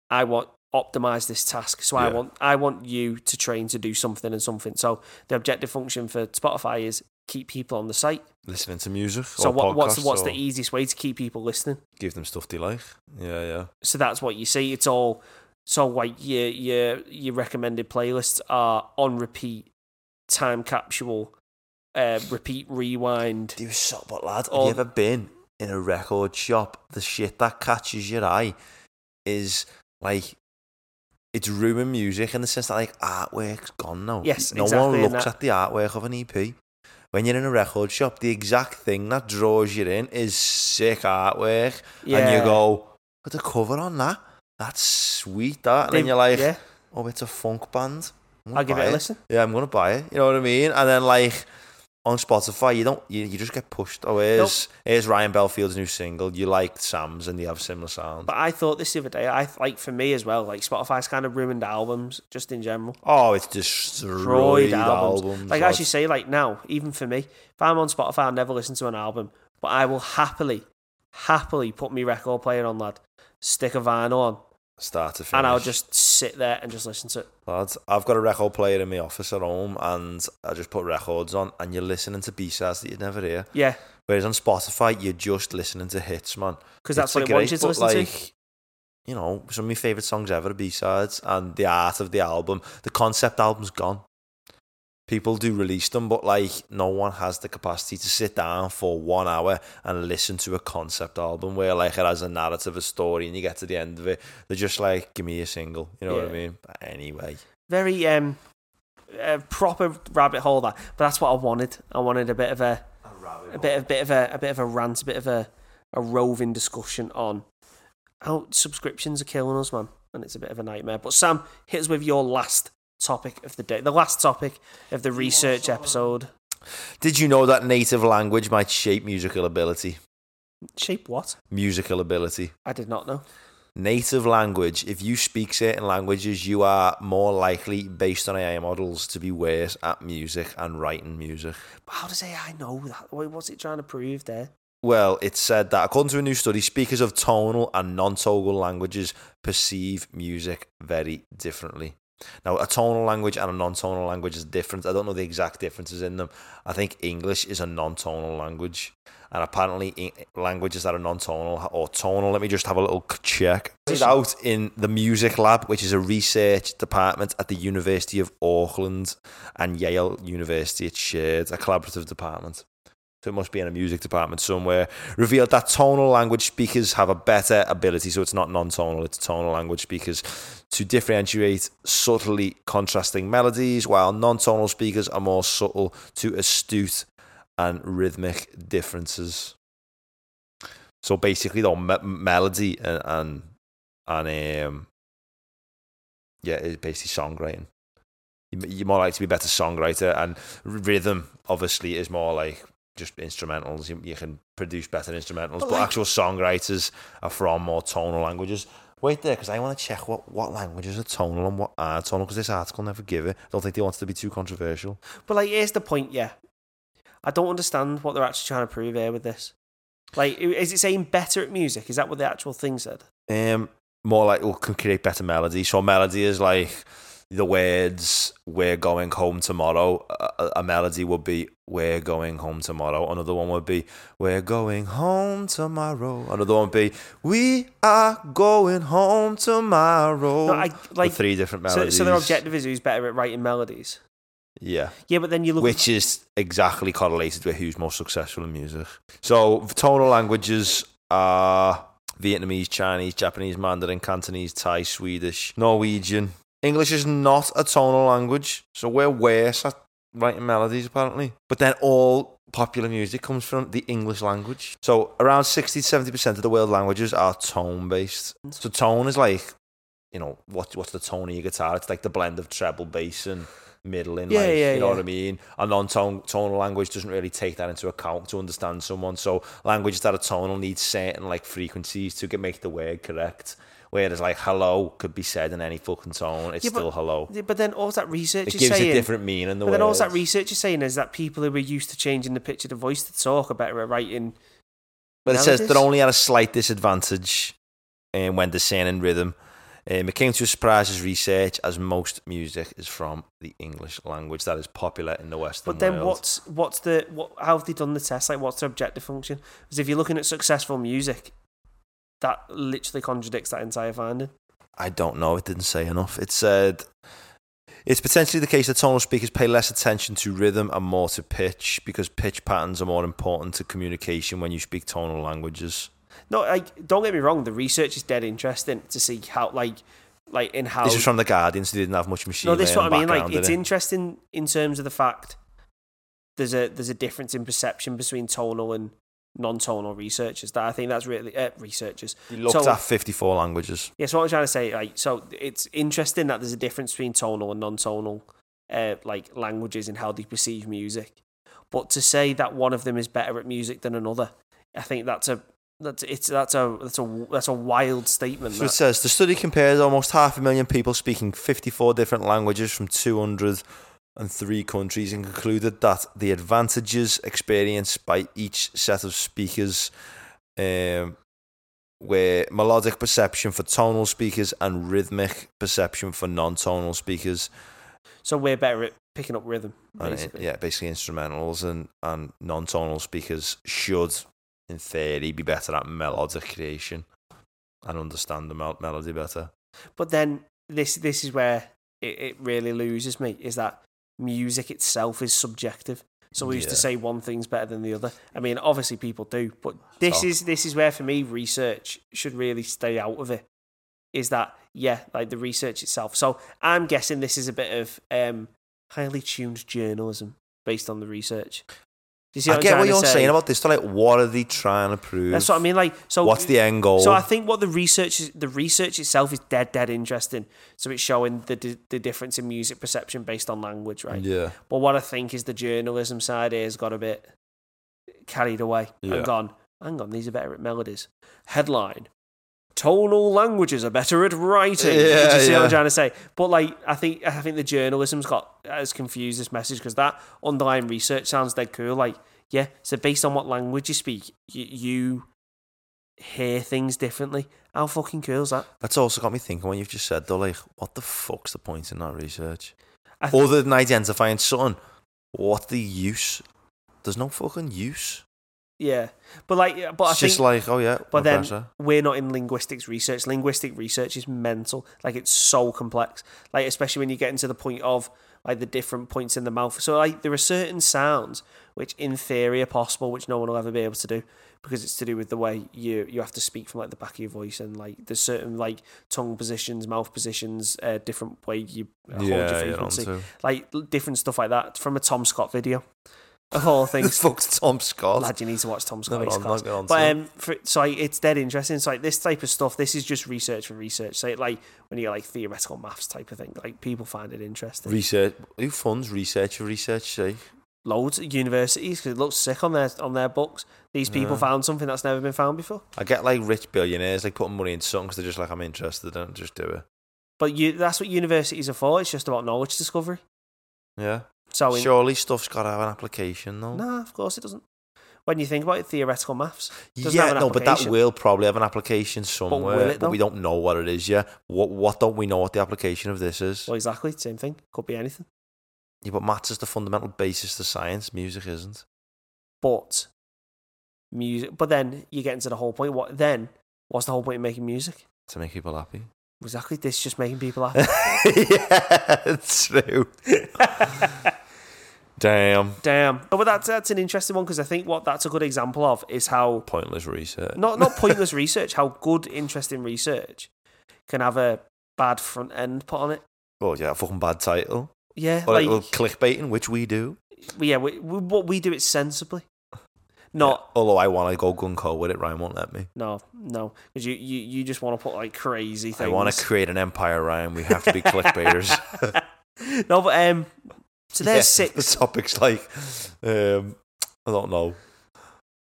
A: I want optimize this task. So I
B: Yeah.
A: want I want you to train to do something and something. So the objective function for Spotify is keep people on the site.
B: Listening to music.
A: So
B: or
A: what, what's
B: podcasts
A: what's
B: or
A: the e easiest way to keep people listening?
B: give them stuff they like? Yeah, yeah.
A: so that's what you see. It's all so like your your your recommended playlists are on repeat, time capsule, uh, repeat rewind.
B: Do so, but lad, have
A: Or-
B: you ever been in a record shop? The shit that catches your eye is like it's ruined music in the sense that like artwork's gone now.
A: Yes,
B: no
A: exactly,
B: one
A: and
B: looks
A: that-
B: at the artwork of an EP. When you're in a record shop, the exact thing that draws you in is sick artwork,
A: Yeah,
B: and you go, "Put the cover on that. That's sweet, that." And then
A: They-
B: you're like,
A: yeah,
B: "Oh, it's a funk band." I'm gonna
A: I'll give
B: buy
A: it a listen.
B: yeah, I'm gonna buy it. You know what I mean? And then like on Spotify, you don't you, you just get pushed. Oh, here's here's Ryan Belfield's new single. You like Sam's and they have similar sound.
A: But I thought this the other day. I like for me as well. Like Spotify's kind of ruined albums just in general.
B: Oh, it's destroyed,
A: Destroyed
B: albums.
A: albums. Like as
B: lads.
A: you say, like now, even for me, if I'm on Spotify, I'll never listen to an album, but I will happily, happily put my record player on, lad, stick a vinyl on,
B: start to finish.
A: and I'll just sit there and just listen to it.
B: Lads, I've got a record player in my office at home and I just put records on and you're listening to B-sides that you'd never hear.
A: Yeah,
B: Whereas on Spotify, you're just listening to hits, man.
A: because that's
B: It's
A: what it
B: great,
A: wants you to
B: but,
A: listen to.
B: like, You know, some of my favourite songs ever are B-sides and the art of the album. The concept album's gone. People do release them, but like no one has the capacity to sit down for one hour and listen to a concept album where like it has a narrative, a story, and you get to the end of it. They're just like, give me a single. You know what I
A: Yeah.
B: mean? But anyway.
A: Very um, uh, proper rabbit hole that, but that's what I wanted. I wanted a bit of a a bit of bit of a, a bit of a rant, a bit of a, a roving discussion on how subscriptions are killing us, man, and it's a bit of a nightmare. But Sam, hit us with your last topic of the day, the last topic of the research episode.
B: Did you know that native language might shape musical ability?
A: Shape what?
B: Musical ability.
A: I did not know.
B: Native language, if you speak certain languages, you are more likely, based on AI models, to be worse at music and writing music.
A: But how does AI know that? What- What's it trying to prove there?
B: Well, it said that according to a new study, speakers of tonal and non tonal languages perceive music very differently. Now, a tonal language and a non tonal language is different. I don't know the exact differences in them. I think English is a non tonal language. And apparently, in- languages that are non tonal or tonal, let me just have a little c- check. This is out in the Music Lab, which is a research department at the University of Auckland and Yale University. It's shared, a collaborative department. So it must be in a music department somewhere. Revealed that tonal language speakers have a better ability, so it's not non tonal, it's tonal language speakers, to differentiate subtly contrasting melodies, while non tonal speakers are more subtle to astute and rhythmic differences. So basically, though, me- melody and, and, and um, yeah, it's basically songwriting. You- You're more likely to be a better songwriter, and rhythm obviously is more like just instrumentals. You, you can produce better instrumentals, but,
A: like-
B: actual songwriters are from more tonal languages. Wait there, because I want to check what, what languages are tonal and what aren't tonal, because this article never give it. I don't think they wanted to be too controversial.
A: But like, here's the point. Yeah, I don't understand what they're actually trying to prove here with this. Like, is it saying better at music? Is that what the actual thing said?
B: Um, more like we can create better melody. So melody is like the words "We're going home tomorrow." A, a- a melody would be "We're going home tomorrow." Another one would be "We're going home tomorrow." Another one would be "We are going home tomorrow."
A: No, I
B: The
A: like.
B: three different
A: So,
B: melodies.
A: so their objective is who's better at writing melodies.
B: Yeah.
A: Yeah, but then you look.
B: which is exactly correlated with who's most successful in music. So tonal languages are Vietnamese, Chinese, Japanese, Mandarin, Cantonese, Thai, Swedish, Norwegian. English is not a tonal language, so we're worse at writing melodies apparently. But then all popular music comes from the English language. So around 60 70% of the world languages are tone based.
A: Mm.
B: So tone is like, you know, what, what's the tone of your guitar? It's like the blend of treble, bass, and middling.
A: Yeah,
B: like,
A: yeah,
B: you know
A: yeah.
B: what I mean? A non tonal language doesn't really take that into account to understand someone. So languages that are tonal need certain like frequencies to get, make the word correct. Whereas like hello could be said in any fucking tone, it's
A: Yeah, but-
B: still hello.
A: Yeah, But then all that research
B: It
A: is
B: gives
A: saying.
B: a different meaning. The
A: but then all
B: words.
A: that research is saying is that people who are used to changing the pitch of the voice to talk are better at writing.
B: But it says they're
A: Melodies?
B: only at a slight disadvantage um, when discerning rhythm. Um, it came to a surprise as research, as most music is from the English language that is popular in the Western
A: But then
B: world.
A: what's what's the what? How have they done the test? Like, what's their objective function? Because if you're looking at successful music, that literally contradicts that entire finding.
B: I don't know. It didn't say enough. It said it's potentially the case that tonal speakers pay less attention to rhythm and more to pitch because pitch patterns are more important to communication when you speak tonal languages.
A: No, like don't get me wrong. The research is dead interesting to see how like like in how
B: This was from the Guardian, so they didn't have much machine.
A: No, this is what I
B: learning
A: mean. Like,
B: background
A: it's
B: in it.
A: interesting in terms of the fact there's a there's a difference in perception between tonal and non-tonal researchers. That I think that's really uh, researchers.
B: He looked
A: so-
B: at fifty-four languages.
A: Yeah, so what I'm trying to say, like, so it's interesting that there's a difference between tonal and non-tonal, uh, like languages and how they perceive music. But to say that one of them is better at music than another, I think that's a that's it's that's a that's a that's a wild statement.
B: So it
A: that.
B: says the study compares almost half a million people speaking 54 different languages from 203 countries and concluded that the advantages experienced by each set of speakers um, where melodic perception for tonal speakers and rhythmic perception for non-tonal speakers.
A: So we're better at picking up rhythm. Basically.
B: And, uh, yeah, basically instrumentals and, and non-tonal speakers should, in theory, be better at melodic creation and understand the mel- melody better.
A: But then this this is where it, it really loses me is that music itself is subjective. So we used to
B: Yeah.
A: say one thing's better than the other. I mean, obviously people do, but this
B: Oh.
A: is this is where for me research should really stay out of it. Is that yeah, like the research itself. So I'm guessing this is a bit of um, highly tuned journalism based on the research. Do you see
B: I
A: what
B: get
A: I'm
B: what
A: trying to
B: you're
A: say?
B: saying about this. Like, what are they trying to prove?
A: That's what I mean. Like, so
B: What's the end goal?
A: So I think what the research is, the research itself is dead, dead interesting. So it's showing the di- the difference in music perception based on language, right?
B: Yeah.
A: But what I think is the journalism side here has got a bit carried away
B: Yeah.
A: and gone. Hang on, these are better at melodies. Headline: Tonal languages are better at writing. Do
B: Yeah,
A: you see what
B: yeah.
A: I'm trying to say? But like, I think I think the journalism's got has confused this message because that underlying research sounds dead cool. Like, yeah, so based on what language you speak, you, you hear things differently. How fucking cool is that?
B: That's also got me thinking when you've just said though, like, what the fuck's the point in that research?
A: I th-
B: Other than identifying something, what's the use? There's no fucking use.
A: Yeah, but like, but I
B: it's
A: think
B: just like, oh yeah,
A: But
B: we're
A: then
B: better.
A: we're not in linguistics research. Linguistic research is mental. Like it's so complex. Like especially when you get into the point of like the different points in the mouth. So like there are certain sounds which in theory are possible, which no one will ever be able to do because it's to do with the way you you have to speak from like the back of your voice and like there's certain like tongue positions, mouth positions, uh, different way you hold your
B: yeah, yeah,
A: frequency,
B: onto.
A: like l- different stuff like that from a Tom Scott video of all things.
B: Fuck's Tom Scott.
A: Lad, you need to watch Tom Scott.
B: Never
A: He's
B: on-
A: class.
B: not on
A: But
B: to.
A: um, for, so like, it's dead interesting. So like this type of stuff, this is just research for research. So like when you get like theoretical maths type of thing, like people find it interesting.
B: research. Who funds research for research sake?
A: Loads of universities because it looks sick on their on their books. These people
B: Yeah.
A: found something that's never been found before.
B: I get like rich billionaires like putting money in something because they're just like, I'm interested. Don't just do it.
A: But you, that's what universities are for. It's just about knowledge discovery.
B: Yeah.
A: So in,
B: Surely stuff's got to have an application though.
A: nah, of course it doesn't. When you think about it, theoretical maths. doesn't
B: yeah,
A: have an
B: no, but that
A: application.
B: will probably have an application somewhere. But,
A: will it,
B: we don't know what it is yet. What what don't we know what the application of this is?
A: Well, exactly same thing. Could be anything.
B: yeah, but maths is the fundamental basis to science. Music isn't.
A: But music. But then you get into the whole point. What then? What's the whole point of making music?
B: To make people happy.
A: Exactly. This is just making people happy.
B: yeah, it's true. Damn.
A: Damn. Oh, but that's that's an interesting one because I think what that's a good example of is how
B: Pointless research.
A: not not pointless research, how good interesting research can have a bad front end put on it.
B: Oh yeah, fucking bad title.
A: Yeah,
B: Or
A: like
B: like, clickbaiting, which we do.
A: yeah, we, we, what we do it sensibly. Not
B: Yeah, Although I want to go gun ho with it, Ryan won't let me.
A: no no because you, you you just want to put like crazy things.
B: I want to create an empire, Ryan. We have to be clickbaiters.
A: no, but um, so there's
B: Yeah,
A: six.
B: The topics like, um, I don't know,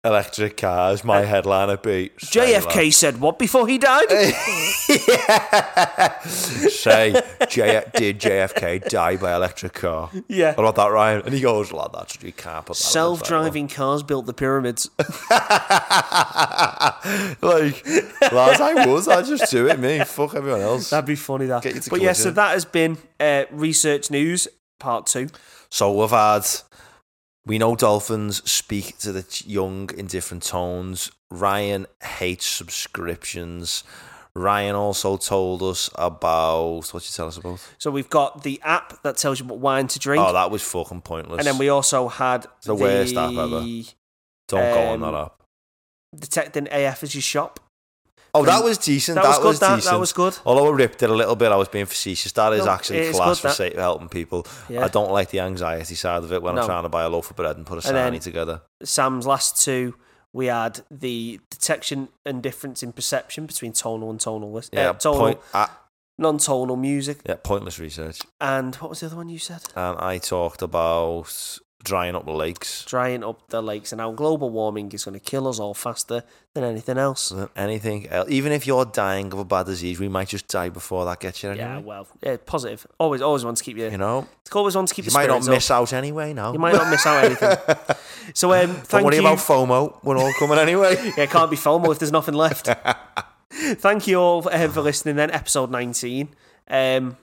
B: electric cars.
A: Uh,
B: My headline would be
A: JFK said what before he died?
B: yeah. Say, J- did JFK die by electric car?
A: yeah.
B: I love that, Ryan. And he goes, like, that's you can't put that. on the title."
A: Self-driving cars built the pyramids.
B: like, lads, I was. I just do it, me. Fuck everyone else.
A: That'd be funny, that.
B: Get you to
A: But yeah,
B: college,
A: so
B: yeah.
A: that has been uh, research news part two.
B: So we've had. We know dolphins speak to the ch- young in different tones. Ryan hates subscriptions. Ryan also told us about what you tell us about.
A: So we've got the app that tells you what wine to drink,
B: Oh, that was fucking pointless.
A: and then we also had
B: the worst app ever. don't go on
A: um,
B: that app.
A: Detecting AF as your shop.
B: Oh, that was decent.
A: That,
B: That,
A: was good. That,
B: decent.
A: that was good.
B: Although I ripped it a little bit, I was being facetious. That is
A: No,
B: actually
A: it is
B: class
A: good,
B: for sa- helping people.
A: Yeah.
B: I don't like the anxiety side of it when
A: No.
B: I'm trying to buy a loaf of bread and put a
A: And
B: sarnie
A: then-
B: together.
A: Sam's last two. We had the detection and difference in perception between tonal and tonal, uh,
B: Yeah,
A: tonal
B: point, uh,
A: non-tonal music,
B: yeah, pointless research.
A: and what was the other one you said?
B: And I talked about drying up lakes.
A: Drying up the lakes, and how global warming is going to kill us all faster than anything else.
B: Than anything else. Even if you're dying of a bad disease, we might just die before that gets you
A: Yeah,
B: anyway.
A: well, yeah, positive. Always, always want to keep you.
B: You know,
A: always want to keep
B: you
A: your
B: might not
A: spirits up.
B: miss out anyway. Now
A: You might not miss out anything. So um,
B: Don't
A: thank
B: worry
A: you.
B: about FOMO. We're all coming anyway.
A: yeah, it can't be FOMO if there's nothing left. Thank you all for, uh, for listening. Then episode nineteen, um,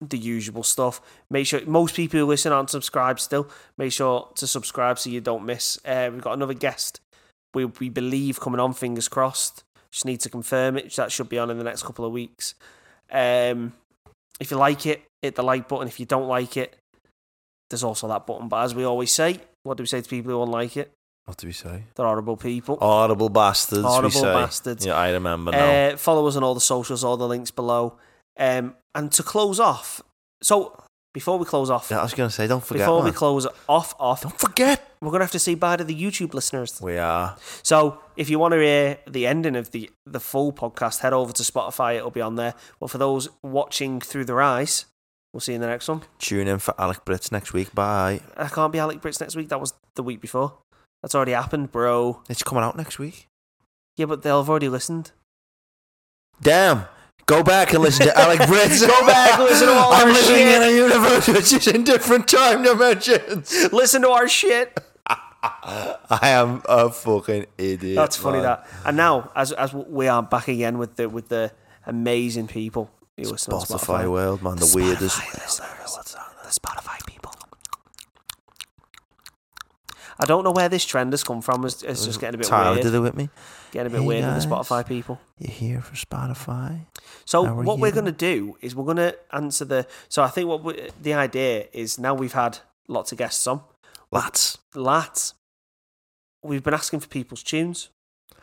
A: the usual stuff. Make sure most people who listen aren't subscribed still. Make sure to subscribe so you don't miss. Uh, we've got another guest. We we believe coming on. Fingers crossed. Just need to confirm it. That should be on in the next couple of weeks. Um, if you like it, hit the like button. If you don't like it, there's also that button. But as we always say, what do we say to people who don't like it?
B: What do we say?
A: They're horrible people.
B: Audible bastards. we
A: Horrible
B: say.
A: bastards.
B: Yeah, I remember now.
A: Uh, follow us on all the socials, all the links below. Um, and to close off, so before we close off,
B: Yeah, I was going to say, don't forget.
A: before we
B: man.
A: close off, off,
B: don't forget.
A: we're gonna have to say bye to the YouTube listeners.
B: We are.
A: So if you want to hear the ending of the the full podcast, head over to Spotify. It'll be on there. But for those watching through their eyes, we'll see you in the next one.
B: Tune in for Alec Brits next week. Bye.
A: I can't be Alec Brits next week. That was the week before. That's already happened, bro.
B: It's coming out next week.
A: Yeah, but they'll have already listened.
B: Damn. Go back and listen to Alec Brits.
A: Go back, listen to all
B: I'm
A: our
B: living
A: shit.
B: in a universe which is in different time dimensions.
A: Listen to our shit.
B: I am a fucking idiot.
A: That's funny
B: man.
A: that. And now, as as we are back again with the with the amazing people who listen on
B: Spotify world, man. The, weirdest.
A: Spotify listeners, the Spotify people. I don't know where this trend has come from. It's, it's just getting a bit
B: Tyler
A: weird.
B: did it with me.
A: Getting a bit
B: Hey,
A: weird with the
B: guys.
A: Spotify people.
B: You're here for Spotify.
A: So
B: How are
A: what we're
B: you?
A: going to do is we're going to answer the. So I think what we, the idea is now we've had lots of guests on.
B: Lads.
A: lads, we've been asking for people's tunes.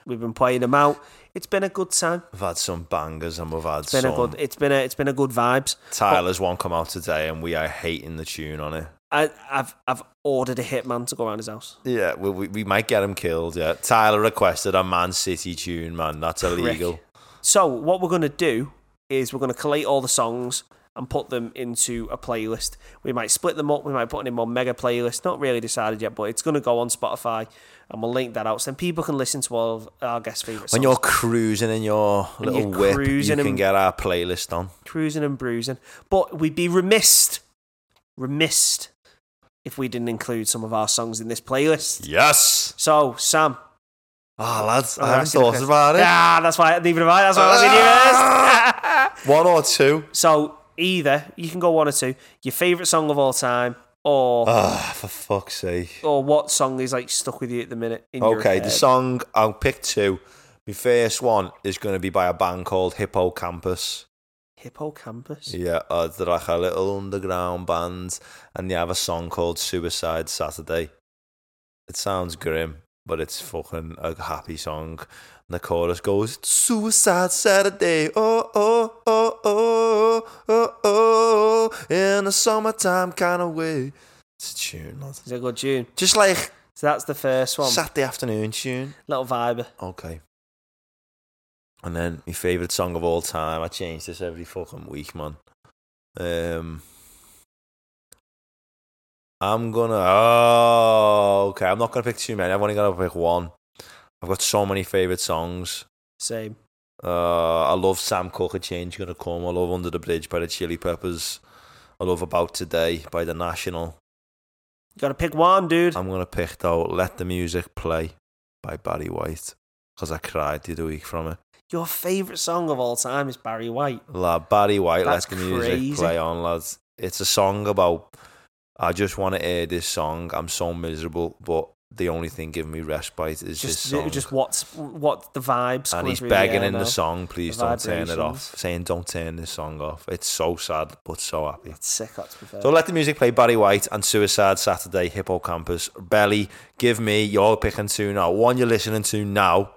A: We've been playing them out. It's been a good time.
B: I've had some bangers and we've had
A: It's been
B: some.
A: a good. oh. It's been a. It's been a good vibes.
B: Tyler's one come out today and we are hating the tune on it.
A: I, I've I've ordered a hitman to go around his house.
B: Yeah, we, we, we might get him killed. Yeah, Tyler requested a Man City tune, man. That's illegal.
A: So what we're gonna do is we're gonna collate all the songs and put them into a playlist. We might split them up. We might put them in one mega playlist. Not really decided yet, but it's gonna go on Spotify, and we'll link that out so then people can listen to all of our guest favorites.
B: When you're cruising in your
A: When
B: little
A: you're
B: whip, you
A: cruising
B: can
A: and-
B: get our playlist on.
A: cruising and bruising. But we'd be remiss, remiss if we didn't include some of our songs in this playlist.
B: Yes.
A: So, Sam.
B: Ah, lads,
A: I'm
B: I haven't
A: asking a
B: thought
A: question.
B: about it.
A: Ah, that's why I didn't even invite. That's why I was in your list.
B: One or two.
A: so, either you can go one or two, your favourite song of all time, or
B: Ah, for fuck's sake.
A: or what song is like stuck with you at the minute. In your
B: Okay, the
A: head.
B: song I'll pick two. My first one is going to be by a band called Hippocampus.
A: Hippocampus.
B: Yeah, uh, they're like a little underground band, and they have a song called Suicide Saturday. It sounds grim, but it's fucking a happy song. And the chorus goes, "It's Suicide Saturday, oh, oh, oh, oh, oh, oh, in a summertime kind of way. It's a tune, lad.
A: It's a good tune.
B: Just like
A: So that's the first one.
B: Saturday afternoon tune.
A: Little vibe.
B: Okay. And then my favourite song of all time. I change this every fucking week, man. Um I'm gonna Oh okay, I'm not gonna pick too many. I've only gotta pick one. I've got so many favourite songs.
A: Same.
B: Uh I love Sam Cooke, A Change Gonna Come. I love Under the Bridge by the Chili Peppers. I love About Today by the National.
A: You gotta pick one, dude.
B: I'm gonna pick though Let the Music Play by Barry White. Because I cried the other week from it.
A: Your favourite song of all time is Barry White.
B: Lad, Barry White,
A: That's
B: let the music
A: crazy.
B: play on, lads. It's a song about. I just want to hear this song. I'm so miserable, but the only thing giving me respite
A: just
B: is this song.
A: just what's what the vibes
B: and
A: coming
B: he's
A: through
B: begging
A: air
B: in
A: now.
B: the song, please
A: The
B: don't turn it off.
A: vibrations.
B: Saying, don't turn this song off. It's so sad, but so happy.
A: That's sick. That's preferred.
B: So let the music play Barry White and Suicide Saturday, Hippocampus, Belly. Give me your pick and two now. One you're listening to now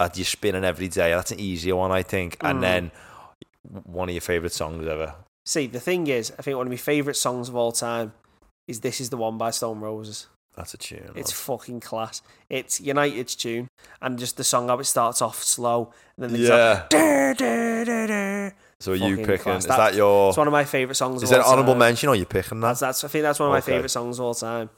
B: that you're spinning every day. That's an easier one, I think.
A: Mm.
B: And then one of your favourite songs ever.
A: See, the thing is, I think one of my favorite songs of all time is "This Is the One" by Stone Roses.
B: That's a tune.
A: It's fucking class. It's United's tune, and just the song how it starts off slow, and then the guitar-
B: yeah.
A: "Da, da, da, da."
B: So are you
A: fucking
B: picking?
A: class.
B: Is
A: That's-
B: that your?
A: It's one of my favorite songs.
B: Is
A: of
B: that
A: all
B: honourable
A: time.
B: mention or you picking
A: That's,
B: that?
A: that's I think that's one of my
B: Okay.
A: favorite songs of all time.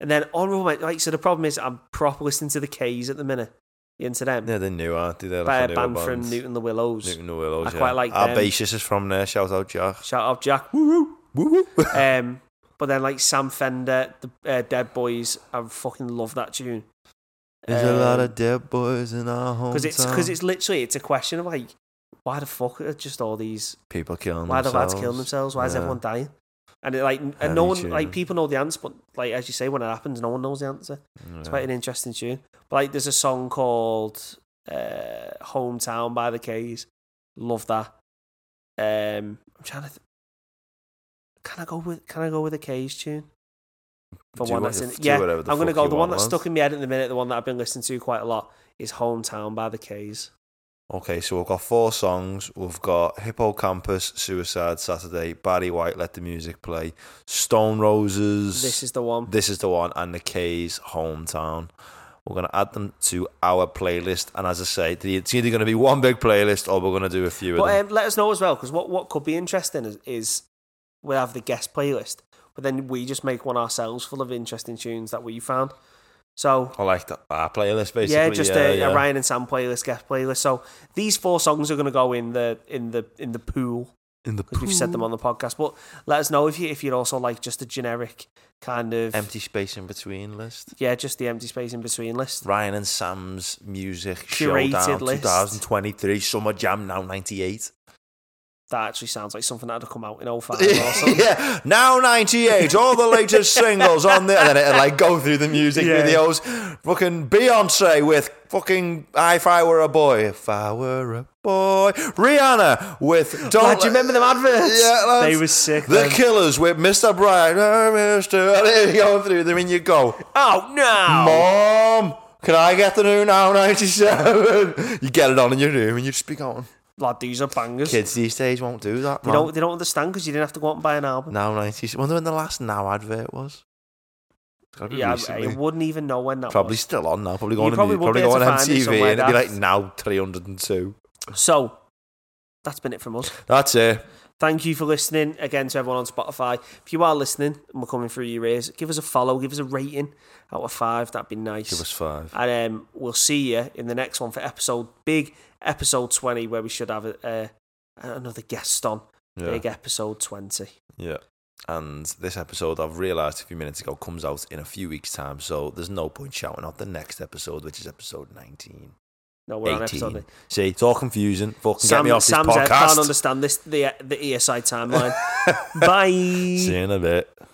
A: And then honorable mention. Like, so the problem is, I'm proper listening to the K's at the minute. You into them?
B: Yeah, they knew aren't they? They're
A: by
B: like
A: a
B: a
A: band
B: newer
A: from
B: band.
A: Newton the Willows.
B: Newton the Willows.
A: I
B: yeah.
A: quite like
B: Our
A: them.
B: bassist is from there. Shout out Jack.
A: Shout out Jack. Woo woo.
B: Woo woo.
A: Um, but then like Sam Fender, the uh, Dead Boys, I fucking love that tune.
B: There's a lot of dead boys in our hometown.
A: because it's because it's literally it's a question of like why the fuck are just all these
B: people killing
A: why are the
B: themselves.
A: lads killing themselves why is
B: Yeah.
A: everyone dying and it, like and
B: Heavy
A: no one
B: tune.
A: like people know the answer but like as you say when it happens no one knows the answer it's quite an interesting tune but like there's a song called uh, hometown by the K's love that um I'm trying to th- can I go with can I go with a K's tune for
B: Do
A: one
B: what-
A: that's in
B: do
A: yeah
B: whatever the
A: I'm gonna
B: fuck
A: go
B: you
A: the one
B: want,
A: that's
B: lads.
A: stuck in my head at the minute the one that I've been listening to quite a lot is hometown by the K's
B: Okay, so we've got four songs. We've got Hippocampus, Suicide Saturday, Barry White, Let the Music Play, Stone Roses.
A: this is the one
B: This is the one, and the K's hometown. We're gonna add them to our playlist, and as I say, the- it's either gonna be one big playlist or we're gonna do a few of
A: But
B: them.
A: um, let us know as well, because what, what could be interesting is, is we have the guest playlist, but then we just make one ourselves full of interesting tunes that we found. So
B: I like that our playlist basically.
A: yeah, just a,
B: um, yeah. uh,
A: a Ryan and Sam playlist, guest playlist. So these four songs are going to go in the in the in the pool
B: in the
A: because we've said them on the podcast. But let us know if you if you'd also like just a generic kind of
B: empty space in between list.
A: yeah, just the empty space in between list.
B: Ryan and Sam's music
A: Curated
B: showdown,
A: list.
B: 2023 summer jam now 98.
A: That actually sounds like something that'd have come out in 05 or something.
B: yeah, now 98, all the latest singles on there. And then it'd like go through the music
A: Yeah.
B: videos. Fucking Beyonce with fucking If I Were a Boy. If I Were a Boy. Rihanna with Don't.
A: Lad, do you remember them adverts?
B: Yeah, lads.
A: they were sick.
B: The
A: then.
B: Killers with Mr. Bright. Oh, Mr. And then you go through them and you go,
A: oh no!
B: Mom, can I get the new Now 97? You get it on in your room and you just be going,
A: lad, these are bangers.
B: kids these days won't do that.
A: They
B: man."
A: don't, they don't understand because you didn't have to go out and buy an album.
B: Now 90s. I wonder when the last Now advert was. It's gotta be
A: yeah, I-
B: recently.
A: I wouldn't even know when that
B: probably
A: was.
B: still on now. Probably
A: You
B: going,
A: probably
B: on,
A: won't be
B: probably
A: able
B: going
A: to
B: on
A: find it
B: TV
A: somewhere,
B: and it'd be
A: that's-
B: like Now 302.
A: So, that's been it from us.
B: That's it.
A: Thank you for listening again to everyone on Spotify. If you are listening and we're coming through your ears, give us a follow, give us a rating out of five. That'd be nice.
B: Give us five.
A: and um, we'll see you in the next one for episode big episode twenty, where we should have a, uh, another guest on
B: Yeah.
A: big episode twenty.
B: yeah. And this episode, I've realised a few minutes ago, comes out in a few weeks' time. So there's no point shouting out the next episode, which is episode 19.
A: No, we're on episode.
B: 18. See, it's all confusing. Fucking get me off this
A: Sam's head can't
B: podcast.
A: E understand this the the ESI timeline. Bye.
B: See you in a bit.